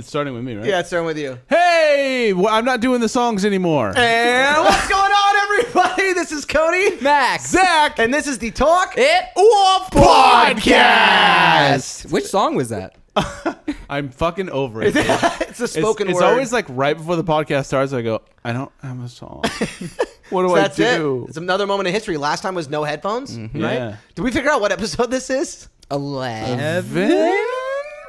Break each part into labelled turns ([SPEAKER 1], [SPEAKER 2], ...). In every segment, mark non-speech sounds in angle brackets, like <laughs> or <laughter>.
[SPEAKER 1] It's starting with me, right?
[SPEAKER 2] Yeah, it's starting with you.
[SPEAKER 1] Hey, well, I'm not doing the songs anymore.
[SPEAKER 2] And what's going on, everybody? This is Cody,
[SPEAKER 3] Max.
[SPEAKER 2] Zach, and this is the Talk
[SPEAKER 3] It Wolf
[SPEAKER 2] Podcast.
[SPEAKER 3] Which song was that?
[SPEAKER 1] I'm fucking over it. It's,
[SPEAKER 2] <laughs> it's a spoken
[SPEAKER 1] it's
[SPEAKER 2] word.
[SPEAKER 1] always like right before the podcast starts, I go, I don't have a
[SPEAKER 2] <laughs>
[SPEAKER 1] song. What do
[SPEAKER 2] So
[SPEAKER 1] I
[SPEAKER 2] that's
[SPEAKER 1] do? Mm-hmm.
[SPEAKER 2] it. It's another moment in history. Last time was no headphones, right?
[SPEAKER 1] Yeah.
[SPEAKER 2] Did we figure out what episode this is?
[SPEAKER 3] <laughs> Eleven.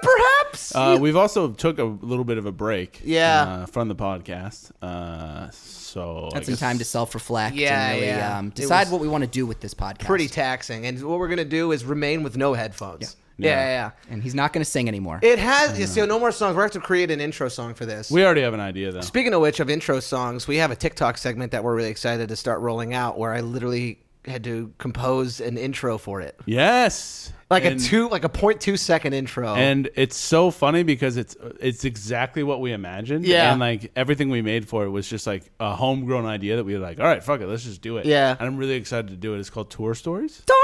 [SPEAKER 2] Perhaps.
[SPEAKER 1] Uh, we've also took a little bit of a break,
[SPEAKER 2] Yeah.
[SPEAKER 1] uh, from the podcast. Uh, so I
[SPEAKER 3] Had some
[SPEAKER 1] guess-
[SPEAKER 3] time to self-reflect
[SPEAKER 2] Yeah,
[SPEAKER 3] and really
[SPEAKER 2] yeah.
[SPEAKER 3] um,
[SPEAKER 2] It
[SPEAKER 3] decide
[SPEAKER 2] was
[SPEAKER 3] what we want to do with this podcast.
[SPEAKER 2] Pretty taxing. And what we're gonna do is remain with no headphones. Yeah,
[SPEAKER 1] Yeah.
[SPEAKER 2] yeah, yeah.
[SPEAKER 3] and he's not going to sing anymore.
[SPEAKER 2] It has. So no more songs. We're gonna have to create an intro song for this.
[SPEAKER 1] We already have an idea though.
[SPEAKER 2] Speaking of which, of intro songs, we have a TikTok segment that we're really excited to start rolling out, where I literally had to compose an intro for it,
[SPEAKER 1] Yes,
[SPEAKER 2] like
[SPEAKER 1] And-
[SPEAKER 2] a two, like a point two second intro.
[SPEAKER 1] and it's so funny because it's it's exactly what we imagined.
[SPEAKER 2] Yeah.
[SPEAKER 1] and like everything we made for it was just like a homegrown idea that we were like, all right, fuck it, let's just do it.
[SPEAKER 2] Yeah.
[SPEAKER 1] and I'm really excited to do it. It's called Tour Stories.
[SPEAKER 2] Star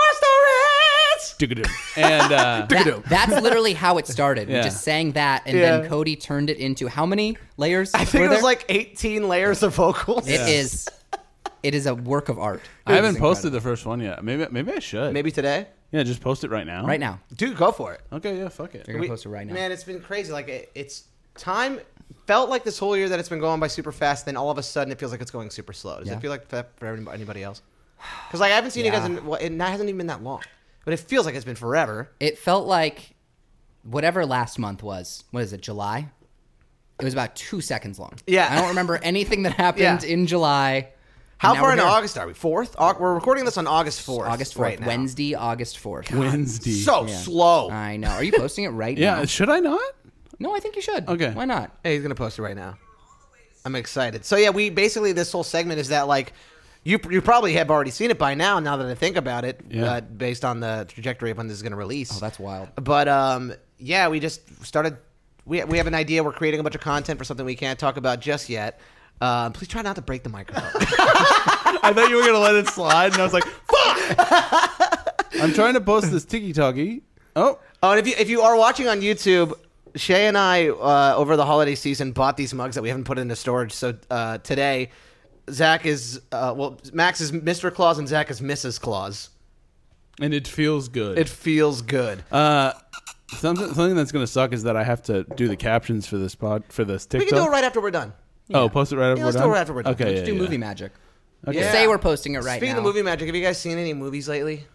[SPEAKER 2] stories.
[SPEAKER 1] Digadoo. and
[SPEAKER 2] <laughs>
[SPEAKER 1] uh,
[SPEAKER 3] That- <laughs> that's literally how it started.
[SPEAKER 1] Yeah.
[SPEAKER 3] We just sang that, and
[SPEAKER 2] Yeah.
[SPEAKER 3] then Cody turned it into how many layers?
[SPEAKER 2] I think it was like 18 layers of vocals.
[SPEAKER 3] It is. It is a work of art.
[SPEAKER 1] I haven't posted the first one yet. Maybe maybe I should.
[SPEAKER 2] <laughs> Maybe today,
[SPEAKER 1] yeah, just post it right now.
[SPEAKER 3] right now.
[SPEAKER 2] dude, go for it.
[SPEAKER 1] Okay, yeah, fuck it.
[SPEAKER 3] You're gonna post it right now.
[SPEAKER 2] Man, it's been crazy. Like it, it's time felt like this whole year that it's been going by super fast. Then all of a sudden, it feels like it's going super slow. Does
[SPEAKER 3] Yeah.
[SPEAKER 2] it feel like that for everybody- anybody else? Because like I haven't seen you guys
[SPEAKER 3] Yeah.
[SPEAKER 2] in. Well, it not- hasn't even been that long, but it feels like it's been forever.
[SPEAKER 3] it felt like whatever last month was. What is it? July. It was about two seconds long.
[SPEAKER 2] Yeah.
[SPEAKER 3] I don't remember anything
[SPEAKER 2] <laughs>
[SPEAKER 3] that happened
[SPEAKER 2] Yeah.
[SPEAKER 3] in July.
[SPEAKER 2] How
[SPEAKER 3] now
[SPEAKER 2] far
[SPEAKER 3] we're
[SPEAKER 2] in
[SPEAKER 3] here.
[SPEAKER 2] August are we? Fourth. Au- we're recording this on August fourth.
[SPEAKER 3] August fourth,
[SPEAKER 2] right now.
[SPEAKER 3] Wednesday, August fourth.
[SPEAKER 1] Wednesday.
[SPEAKER 2] So slow.
[SPEAKER 3] I know. Are you posting
[SPEAKER 2] <laughs>
[SPEAKER 3] it right now?
[SPEAKER 1] yeah, should I not?
[SPEAKER 3] No, I think you should.
[SPEAKER 1] Okay.
[SPEAKER 3] Why not?
[SPEAKER 2] Hey, he's gonna post it right now. I'm excited. So yeah, we basically this whole segment is that like you you probably have already seen it by now. Now that I think about it,
[SPEAKER 1] Yeah.
[SPEAKER 2] uh, based on the trajectory of when this is gonna release.
[SPEAKER 3] Oh, that's wild.
[SPEAKER 2] But um, yeah, we just started. We we have an idea. We're creating a bunch of content for something we can't talk about just yet. Uh, please try not to break the
[SPEAKER 3] <laughs>
[SPEAKER 2] microphone.
[SPEAKER 1] I thought you were gonna let it slide, and I was like, fuck.
[SPEAKER 2] <laughs>
[SPEAKER 1] I'm trying to post this tiki talkie. Oh,
[SPEAKER 2] oh, and if you if you are watching on YouTube. Shay and I, uh, over the holiday season, bought these mugs that we haven't put into storage. So uh, today, Zach is, uh, well, Max is Mr. Claus and Zach is Mrs. Claus.
[SPEAKER 1] and it feels good.
[SPEAKER 2] It feels good.
[SPEAKER 1] Uh, something, something that's gonna suck is that I have to do the captions for this pod for this
[SPEAKER 2] we
[SPEAKER 1] TikTok.
[SPEAKER 2] can do it right after we're done.
[SPEAKER 1] Oh, post it right after.
[SPEAKER 2] Yeah, let's
[SPEAKER 1] we're
[SPEAKER 2] do it
[SPEAKER 1] done?
[SPEAKER 2] right after we're done.
[SPEAKER 1] Okay,
[SPEAKER 3] Let's
[SPEAKER 1] yeah,
[SPEAKER 3] do
[SPEAKER 1] yeah.
[SPEAKER 3] movie magic.
[SPEAKER 2] Yeah.
[SPEAKER 3] Say we're posting it right
[SPEAKER 2] Speaking
[SPEAKER 3] now.
[SPEAKER 2] of movie magic, have you guys seen any movies lately?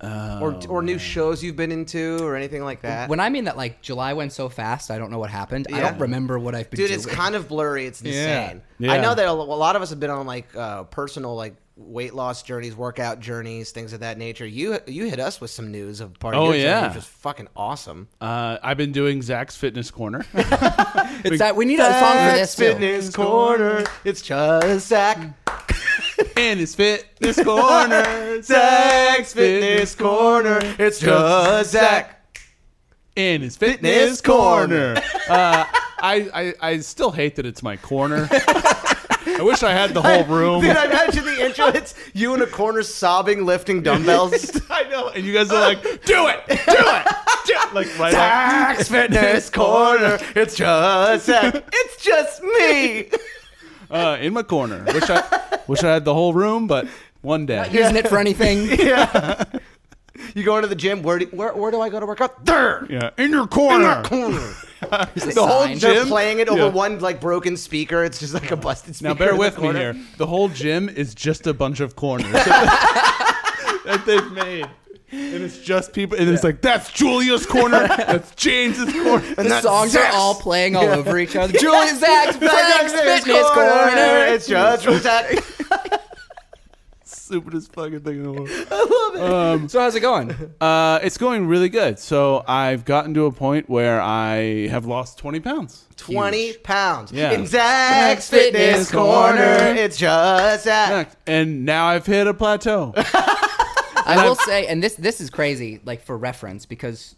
[SPEAKER 2] or or
[SPEAKER 3] Uh,
[SPEAKER 2] new shows you've been into or anything like that?
[SPEAKER 3] when I mean that, like July went so fast, I don't know what happened. I
[SPEAKER 2] Yeah.
[SPEAKER 3] don't remember what I've been
[SPEAKER 2] Dude,
[SPEAKER 3] doing.
[SPEAKER 2] it's kind of blurry. It's insane.
[SPEAKER 1] Yeah.
[SPEAKER 2] I know that a lo- a lot of us have been on like uh, personal like weight loss journeys, workout journeys, things of that nature. You you hit us with some news of part of
[SPEAKER 1] Oh,
[SPEAKER 2] your journey,
[SPEAKER 1] yeah.
[SPEAKER 2] which is fucking awesome.
[SPEAKER 1] Uh, I've been doing Zach's fitness
[SPEAKER 2] <laughs>
[SPEAKER 1] corner.
[SPEAKER 3] it's that we need a song for this. too.
[SPEAKER 2] fitness corner. It's just Zach.
[SPEAKER 1] and his fitness <laughs> corner,
[SPEAKER 2] Zach's fitness corner. It's just Zach.
[SPEAKER 1] in his fitness corner. uh, I, I I still hate that it's my
[SPEAKER 2] <laughs>
[SPEAKER 1] corner. I wish I had the whole room.
[SPEAKER 2] Dude, I imagine the intro. It's you in a corner sobbing, lifting <laughs> dumbbells.
[SPEAKER 1] I know, and you guys are like, do it, do
[SPEAKER 2] <laughs>
[SPEAKER 1] it, do it. like right after.
[SPEAKER 2] Zach's Fitness Corner. It's just Zach. It's just me.
[SPEAKER 1] uh, in my corner. Wish <laughs> I wish I had the whole room, but one day.
[SPEAKER 3] Using it
[SPEAKER 2] <laughs>
[SPEAKER 3] for anything.
[SPEAKER 2] You go into the gym. Where do, where, where do I go to work out? There.
[SPEAKER 1] Yeah, in your corner.
[SPEAKER 2] Corner.
[SPEAKER 3] There's a
[SPEAKER 1] The whole
[SPEAKER 3] sign.
[SPEAKER 1] gym-
[SPEAKER 2] They're playing it over
[SPEAKER 1] Yeah.
[SPEAKER 2] one like broken speaker. It's just like a busted <laughs> speaker.
[SPEAKER 1] Now bear
[SPEAKER 2] in the
[SPEAKER 1] with me
[SPEAKER 2] corner.
[SPEAKER 1] here. The whole gym is just a bunch of corners that they've made. And it's just people, and it's like that's Julia's corner, that's James's corner, and
[SPEAKER 3] The
[SPEAKER 1] that's
[SPEAKER 3] songs are
[SPEAKER 1] Zach's.
[SPEAKER 3] all playing all over
[SPEAKER 2] <laughs>
[SPEAKER 3] each other. Julia Zach's
[SPEAKER 2] Zach's
[SPEAKER 3] Fitness Corner.
[SPEAKER 2] It's just Zach.
[SPEAKER 1] stupidest fucking thing in the world.
[SPEAKER 3] So how's it going?
[SPEAKER 1] Uh, it's going really good. So I've gotten to a point where I have lost twenty pounds.
[SPEAKER 2] 20 pounds.
[SPEAKER 1] Yeah.
[SPEAKER 2] In Zach's
[SPEAKER 3] Zach's
[SPEAKER 2] Fitness
[SPEAKER 3] Fitness
[SPEAKER 2] Corner.
[SPEAKER 3] Corner.
[SPEAKER 2] It's just Zach.
[SPEAKER 1] And now I've hit a plateau.
[SPEAKER 3] I will say, and this this is crazy, like for reference, because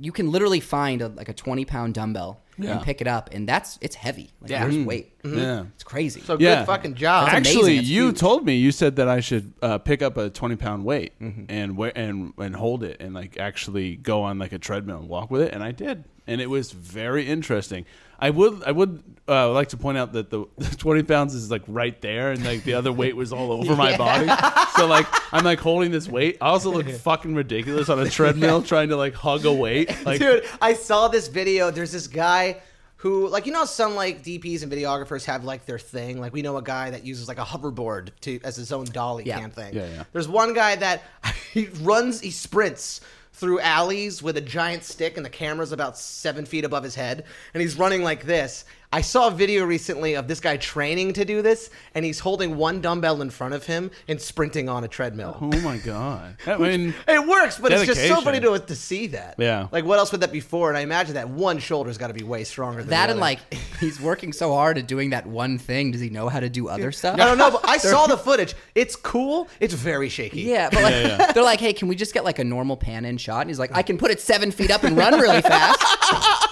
[SPEAKER 3] you can literally find a, like a 20 pound dumbbell
[SPEAKER 1] Yeah.
[SPEAKER 3] and pick it up, and that's it's heavy. Like
[SPEAKER 2] Yeah.
[SPEAKER 3] there's weight.
[SPEAKER 1] Yeah.
[SPEAKER 3] It's crazy.
[SPEAKER 2] Mm-hmm. So
[SPEAKER 1] Yeah.
[SPEAKER 2] good fucking job.
[SPEAKER 3] That's amazing.
[SPEAKER 1] Actually,
[SPEAKER 3] It's
[SPEAKER 1] you
[SPEAKER 3] huge.
[SPEAKER 1] told me you said that I should uh, pick up a twenty pound weight and we- and and hold it and like actually go on like a treadmill and walk with it, and I did. and it was very interesting. I would I would uh, like to point out that the, <laughs> the 20 pounds is like right there, and like the other weight was all
[SPEAKER 3] <laughs>
[SPEAKER 1] over my body. So like I'm like holding this weight. I also
[SPEAKER 3] <laughs>
[SPEAKER 1] look fucking ridiculous on a treadmill trying to like hug a
[SPEAKER 3] <laughs>
[SPEAKER 1] weight. <laughs> Like
[SPEAKER 2] Dude, I saw this video. There's this guy who, like, you know, how some like DPs and videographers have like their thing. Like, we know a guy that uses like a hoverboard to as his own dolly
[SPEAKER 3] Yeah.
[SPEAKER 2] cam thing.
[SPEAKER 1] Yeah, yeah.
[SPEAKER 2] There's one guy that <laughs> he runs, he sprints through alleys with a giant stick, and the camera's about seven feet above his head, and he's running like this. I saw a video recently of this guy training to do this, and he's holding one dumbbell in front of him and sprinting on a treadmill.
[SPEAKER 1] oh my god. I mean,
[SPEAKER 2] It works, but it's just so
[SPEAKER 1] Dedication.
[SPEAKER 2] funny to to see that.
[SPEAKER 1] Yeah.
[SPEAKER 2] Like, what else would that be for? And I imagine that one shoulder's got to be way stronger than
[SPEAKER 3] That
[SPEAKER 2] the
[SPEAKER 3] and
[SPEAKER 2] other.
[SPEAKER 3] like he's working so hard at doing that one thing. Does he know how to do other stuff?
[SPEAKER 2] I don't know,
[SPEAKER 3] <laughs>
[SPEAKER 2] but I saw the footage. It's cool. It's very shaky.
[SPEAKER 3] Yeah, but like,
[SPEAKER 1] Yeah, yeah.
[SPEAKER 3] they're like, "Hey, can we just get like a normal pan in shot?" And he's like, "I can put it seven feet up and run really fast."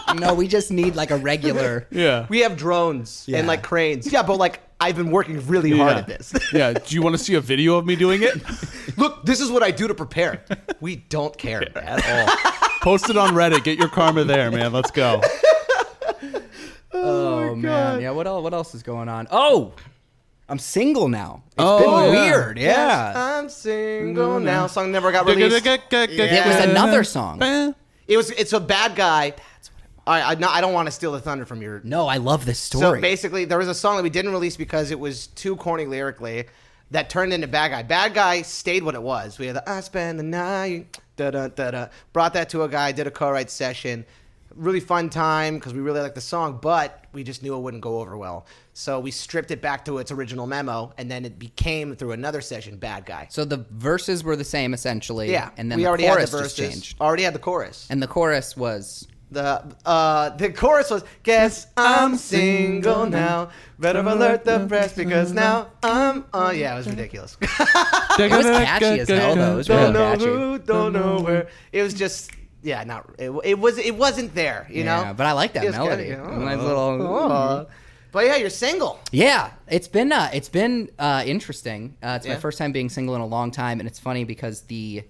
[SPEAKER 3] <laughs> no, we just need like a regular.
[SPEAKER 1] yeah.
[SPEAKER 2] We have drones
[SPEAKER 3] Yeah.
[SPEAKER 2] and like cranes. Yeah, but like I've been working really hard
[SPEAKER 1] yeah.
[SPEAKER 2] at this. <laughs>
[SPEAKER 1] yeah. Do you want to see a video of me doing
[SPEAKER 3] <laughs>
[SPEAKER 1] it?
[SPEAKER 2] Look, this is what I do to prepare. We don't care
[SPEAKER 3] <laughs>
[SPEAKER 2] at all.
[SPEAKER 1] Post it on Reddit. Get your karma there, man. Let's go.
[SPEAKER 3] Oh, man, yeah. What else? What else is going on? Oh, I'm single now. It's
[SPEAKER 1] Oh,
[SPEAKER 3] been
[SPEAKER 1] yeah.
[SPEAKER 3] weird.
[SPEAKER 2] <laughs>
[SPEAKER 3] Yeah. Mm-hmm.
[SPEAKER 2] Yes, Uh, I'm single now. Song never got released.
[SPEAKER 1] It
[SPEAKER 3] It was another song.
[SPEAKER 2] it was. It's a bad guy. That's what I, I, no, I don't want to steal the thunder from your
[SPEAKER 3] No, I love this
[SPEAKER 2] So
[SPEAKER 3] story.
[SPEAKER 2] basically, there was a song that we didn't release because it was too corny lyrically that turned into Bad Guy. Bad Guy stayed what it was. We had the I spend the night, da da da da. Brought that to a guy, did a co write session. Really fun time because we really liked the song, but we just knew it wouldn't go over well. So we stripped it back to its original memo, and then it became through another session Bad Guy.
[SPEAKER 3] So the verses were the same essentially.
[SPEAKER 2] yeah,
[SPEAKER 3] and then
[SPEAKER 2] we
[SPEAKER 3] the
[SPEAKER 2] already
[SPEAKER 3] chorus
[SPEAKER 2] had the
[SPEAKER 3] just
[SPEAKER 2] verses.
[SPEAKER 3] changed.
[SPEAKER 2] Already had the chorus.
[SPEAKER 3] And the chorus was
[SPEAKER 2] The uh the chorus was guess I'm single now. Better alert the press because now I'm uh yeah, it was ridiculous.
[SPEAKER 1] It
[SPEAKER 3] was catchy as hell, though. It was
[SPEAKER 2] <laughs> don't
[SPEAKER 3] really
[SPEAKER 2] know
[SPEAKER 3] catchy.
[SPEAKER 2] who, don't know where. It was just yeah, not it, it was it wasn't there, you know.
[SPEAKER 3] Yeah, but I like that
[SPEAKER 2] It was
[SPEAKER 3] melody.
[SPEAKER 2] kinda,
[SPEAKER 3] Nice
[SPEAKER 2] oh,
[SPEAKER 3] little-
[SPEAKER 2] oh. But yeah, you're single.
[SPEAKER 3] Yeah, it's been uh, it's been uh, interesting. Uh, it's
[SPEAKER 2] Yeah.
[SPEAKER 3] my first time being single in a long time, and it's funny because the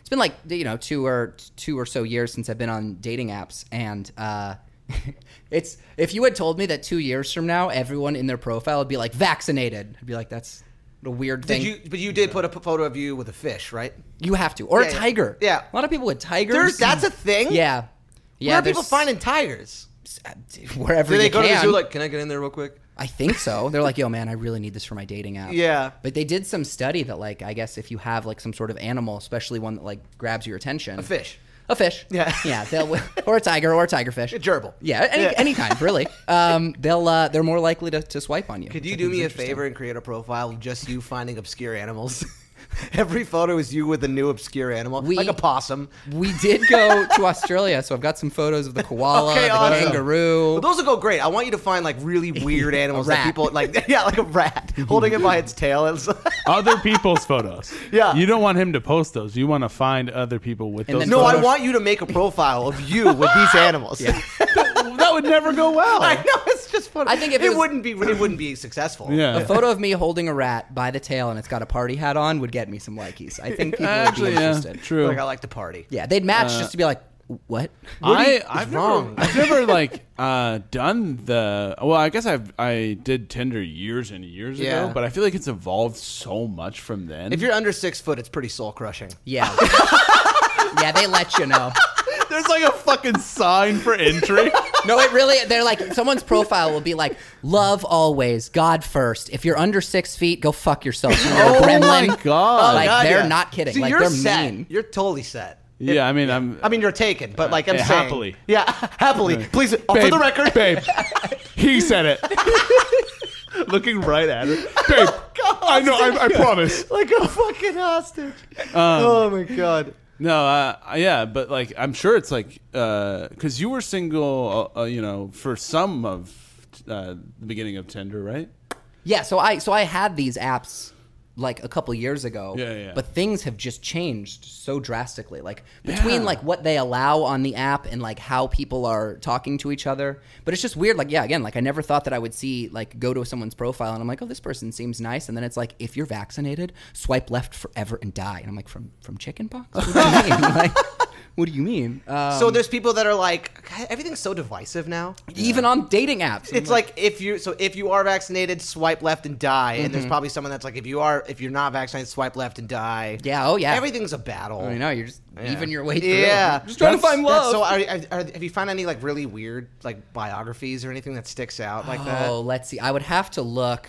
[SPEAKER 3] it's been like you know two or two or so years since I've been on dating apps, and uh, <laughs> it's if you had told me that two years from now everyone in their profile would be like vaccinated, I'd be like that's a weird thing.
[SPEAKER 2] Did you but you did put a p- photo of you with a fish, right?
[SPEAKER 3] You have to or
[SPEAKER 2] Yeah,
[SPEAKER 3] a
[SPEAKER 2] yeah.
[SPEAKER 3] tiger.
[SPEAKER 2] Yeah.
[SPEAKER 3] a lot of people with tigers.
[SPEAKER 2] There's that's a thing?
[SPEAKER 3] yeah, yeah.
[SPEAKER 2] Where are people
[SPEAKER 3] there's- uh,
[SPEAKER 2] finding tigers?
[SPEAKER 3] <laughs> wherever
[SPEAKER 2] Do they
[SPEAKER 3] you
[SPEAKER 2] go to
[SPEAKER 3] can.
[SPEAKER 2] the zoo like, can I get in there real quick?
[SPEAKER 3] I think so. They're like, yo, man, I really need this for my dating app.
[SPEAKER 2] Yeah.
[SPEAKER 3] But they did some study that, like, I guess if you have like some sort of animal, especially one that like grabs your attention,
[SPEAKER 2] A fish.
[SPEAKER 3] a fish,
[SPEAKER 2] Yeah.
[SPEAKER 3] yeah,
[SPEAKER 2] <laughs>
[SPEAKER 3] they'll, or a tiger or a tiger fish,
[SPEAKER 2] A gerbil.
[SPEAKER 3] yeah, any,
[SPEAKER 2] Yeah.
[SPEAKER 3] any
[SPEAKER 2] <laughs>
[SPEAKER 3] kind, really. Um, they'll uh, they're more likely to, to swipe on you.
[SPEAKER 2] Could
[SPEAKER 3] which
[SPEAKER 2] you
[SPEAKER 3] I
[SPEAKER 2] do
[SPEAKER 3] think is
[SPEAKER 2] me a
[SPEAKER 3] interesting.
[SPEAKER 2] favor and create a profile of just you finding obscure animals? <laughs> Every photo is you with a new obscure animal,
[SPEAKER 3] We-
[SPEAKER 2] like a possum.
[SPEAKER 3] We did go to Australia, so I've got some photos of the koala,
[SPEAKER 2] Okay,
[SPEAKER 3] the
[SPEAKER 2] awesome.
[SPEAKER 3] kangaroo.
[SPEAKER 2] Well, those will go great. I want you to find like
[SPEAKER 3] <laughs>
[SPEAKER 2] really weird animals that
[SPEAKER 3] rat.
[SPEAKER 2] people like. <laughs> Yeah, like a
[SPEAKER 3] <laughs>
[SPEAKER 2] rat holding it by its tail. It's <laughs>
[SPEAKER 1] Other people's photos.
[SPEAKER 2] Yeah.
[SPEAKER 1] You don't want him to post those. You want to find other people with
[SPEAKER 3] And
[SPEAKER 1] those.
[SPEAKER 3] then
[SPEAKER 2] no, I
[SPEAKER 3] photos.
[SPEAKER 2] want you to make a profile of you with
[SPEAKER 3] <laughs>
[SPEAKER 2] these animals.
[SPEAKER 1] photos. <laughs> that would never go well.
[SPEAKER 2] <laughs> I know it's just funny.
[SPEAKER 3] I think if
[SPEAKER 2] it,
[SPEAKER 3] it was-
[SPEAKER 2] wouldn't be,
[SPEAKER 3] <laughs>
[SPEAKER 2] it wouldn't be successful.
[SPEAKER 1] Yeah.
[SPEAKER 3] a photo of me holding a rat by the tail and it's got a party hat on would get me some likies. I think people
[SPEAKER 1] Actually,
[SPEAKER 3] would be
[SPEAKER 1] yeah,
[SPEAKER 3] interested.
[SPEAKER 1] true.
[SPEAKER 2] like I like to party.
[SPEAKER 3] Yeah, they'd match just to be like, what?
[SPEAKER 2] do you-
[SPEAKER 1] I,
[SPEAKER 2] is
[SPEAKER 1] I've
[SPEAKER 2] wrong?
[SPEAKER 1] never, I've
[SPEAKER 3] <laughs>
[SPEAKER 1] never like uh, done the. Well, I guess I've I did Tinder years and years
[SPEAKER 2] Yeah.
[SPEAKER 1] ago, but I feel like it's evolved so much from then.
[SPEAKER 2] If you're under six foot, it's pretty soul crushing.
[SPEAKER 3] Yeah. <laughs> yeah, they let you know.
[SPEAKER 1] There's like a fucking sign for entry.
[SPEAKER 3] No, it really, they're like, someone's profile will be like, love always, God first. If you're under six feet, go fuck yourself. You little
[SPEAKER 1] Oh
[SPEAKER 3] gremlin.
[SPEAKER 1] my God.
[SPEAKER 3] Like, uh,
[SPEAKER 2] God,
[SPEAKER 3] they're
[SPEAKER 2] yeah.
[SPEAKER 3] not kidding.
[SPEAKER 2] See,
[SPEAKER 3] like,
[SPEAKER 2] you're
[SPEAKER 3] they're
[SPEAKER 2] set.
[SPEAKER 3] mean.
[SPEAKER 2] You're totally set.
[SPEAKER 1] yeah, I mean, I'm.
[SPEAKER 2] I mean, you're taken, but like I'm
[SPEAKER 1] Yeah,
[SPEAKER 2] saying,
[SPEAKER 1] happily.
[SPEAKER 2] Yeah, <laughs> happily. Please, uh, for the record,
[SPEAKER 3] <laughs>
[SPEAKER 1] babe, he said it. Looking right at it, babe. I know. I, I promise.
[SPEAKER 2] <laughs> like a fucking hostage.
[SPEAKER 3] Um,
[SPEAKER 2] oh my god.
[SPEAKER 1] No, uh, yeah, but like I'm sure it's like because you were single, uh, uh, you know, for some of uh, the beginning of Tinder, right?
[SPEAKER 3] Yeah, so I so I had these apps like a couple years ago.
[SPEAKER 1] Yeah, yeah.
[SPEAKER 3] But things have just changed so drastically. Like between
[SPEAKER 1] Yeah.
[SPEAKER 3] like what they allow on the app and like how people are talking to each other. But it's just weird. Like yeah, again, like I never thought that I would see like go to someone's profile and I'm like, oh, this person seems nice, and then it's like if you're
[SPEAKER 1] <laughs>
[SPEAKER 3] vaccinated, swipe left forever and die. And I'm like, from from chickenpox? What do you mean? Like, What do you mean? Um,
[SPEAKER 2] so there's people that are like, "God, everything's so divisive now.
[SPEAKER 3] even on dating apps, I'm
[SPEAKER 2] It's like, if you so if you are vaccinated, swipe left and die. And
[SPEAKER 3] Mm-hmm.
[SPEAKER 2] there's probably someone that's like, if you are if you're not vaccinated, swipe left and die.
[SPEAKER 3] yeah, oh yeah,
[SPEAKER 2] everything's a battle.
[SPEAKER 3] I know you're just
[SPEAKER 2] Yeah.
[SPEAKER 3] even your way through.
[SPEAKER 2] Yeah,
[SPEAKER 3] just trying to
[SPEAKER 1] That's-
[SPEAKER 3] find
[SPEAKER 2] That's- so
[SPEAKER 3] love.
[SPEAKER 2] are, are, are, have you found any like really weird like biographies or anything that sticks out like
[SPEAKER 3] oh, let's see. I would have to look.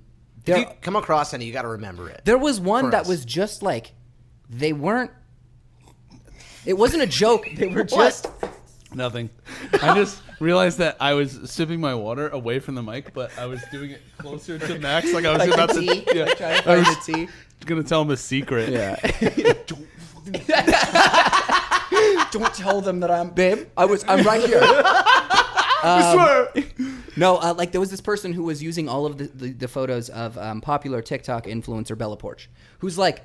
[SPEAKER 2] that?
[SPEAKER 3] there,
[SPEAKER 2] If you come across any, you got to remember it.
[SPEAKER 3] There was one
[SPEAKER 2] for
[SPEAKER 3] that
[SPEAKER 2] us.
[SPEAKER 3] was just like they weren't. It wasn't a joke. <laughs> They were just.
[SPEAKER 1] Nothing. <laughs> I just realized that I was sipping my water away from the mic, but I was doing it closer to Max, like I was
[SPEAKER 3] Like
[SPEAKER 1] about
[SPEAKER 3] the
[SPEAKER 1] to.
[SPEAKER 3] tea.
[SPEAKER 1] <laughs> yeah.
[SPEAKER 3] Like trying <laughs> to
[SPEAKER 1] I
[SPEAKER 3] find
[SPEAKER 1] was
[SPEAKER 3] the tea.
[SPEAKER 1] gonna tell him a secret.
[SPEAKER 3] <laughs> Don't tell them that I'm babe. I was. I'm right here. No, uh, like there was this person who was using all of the, the, the photos of um, popular TikTok influencer Bella Porch, who's like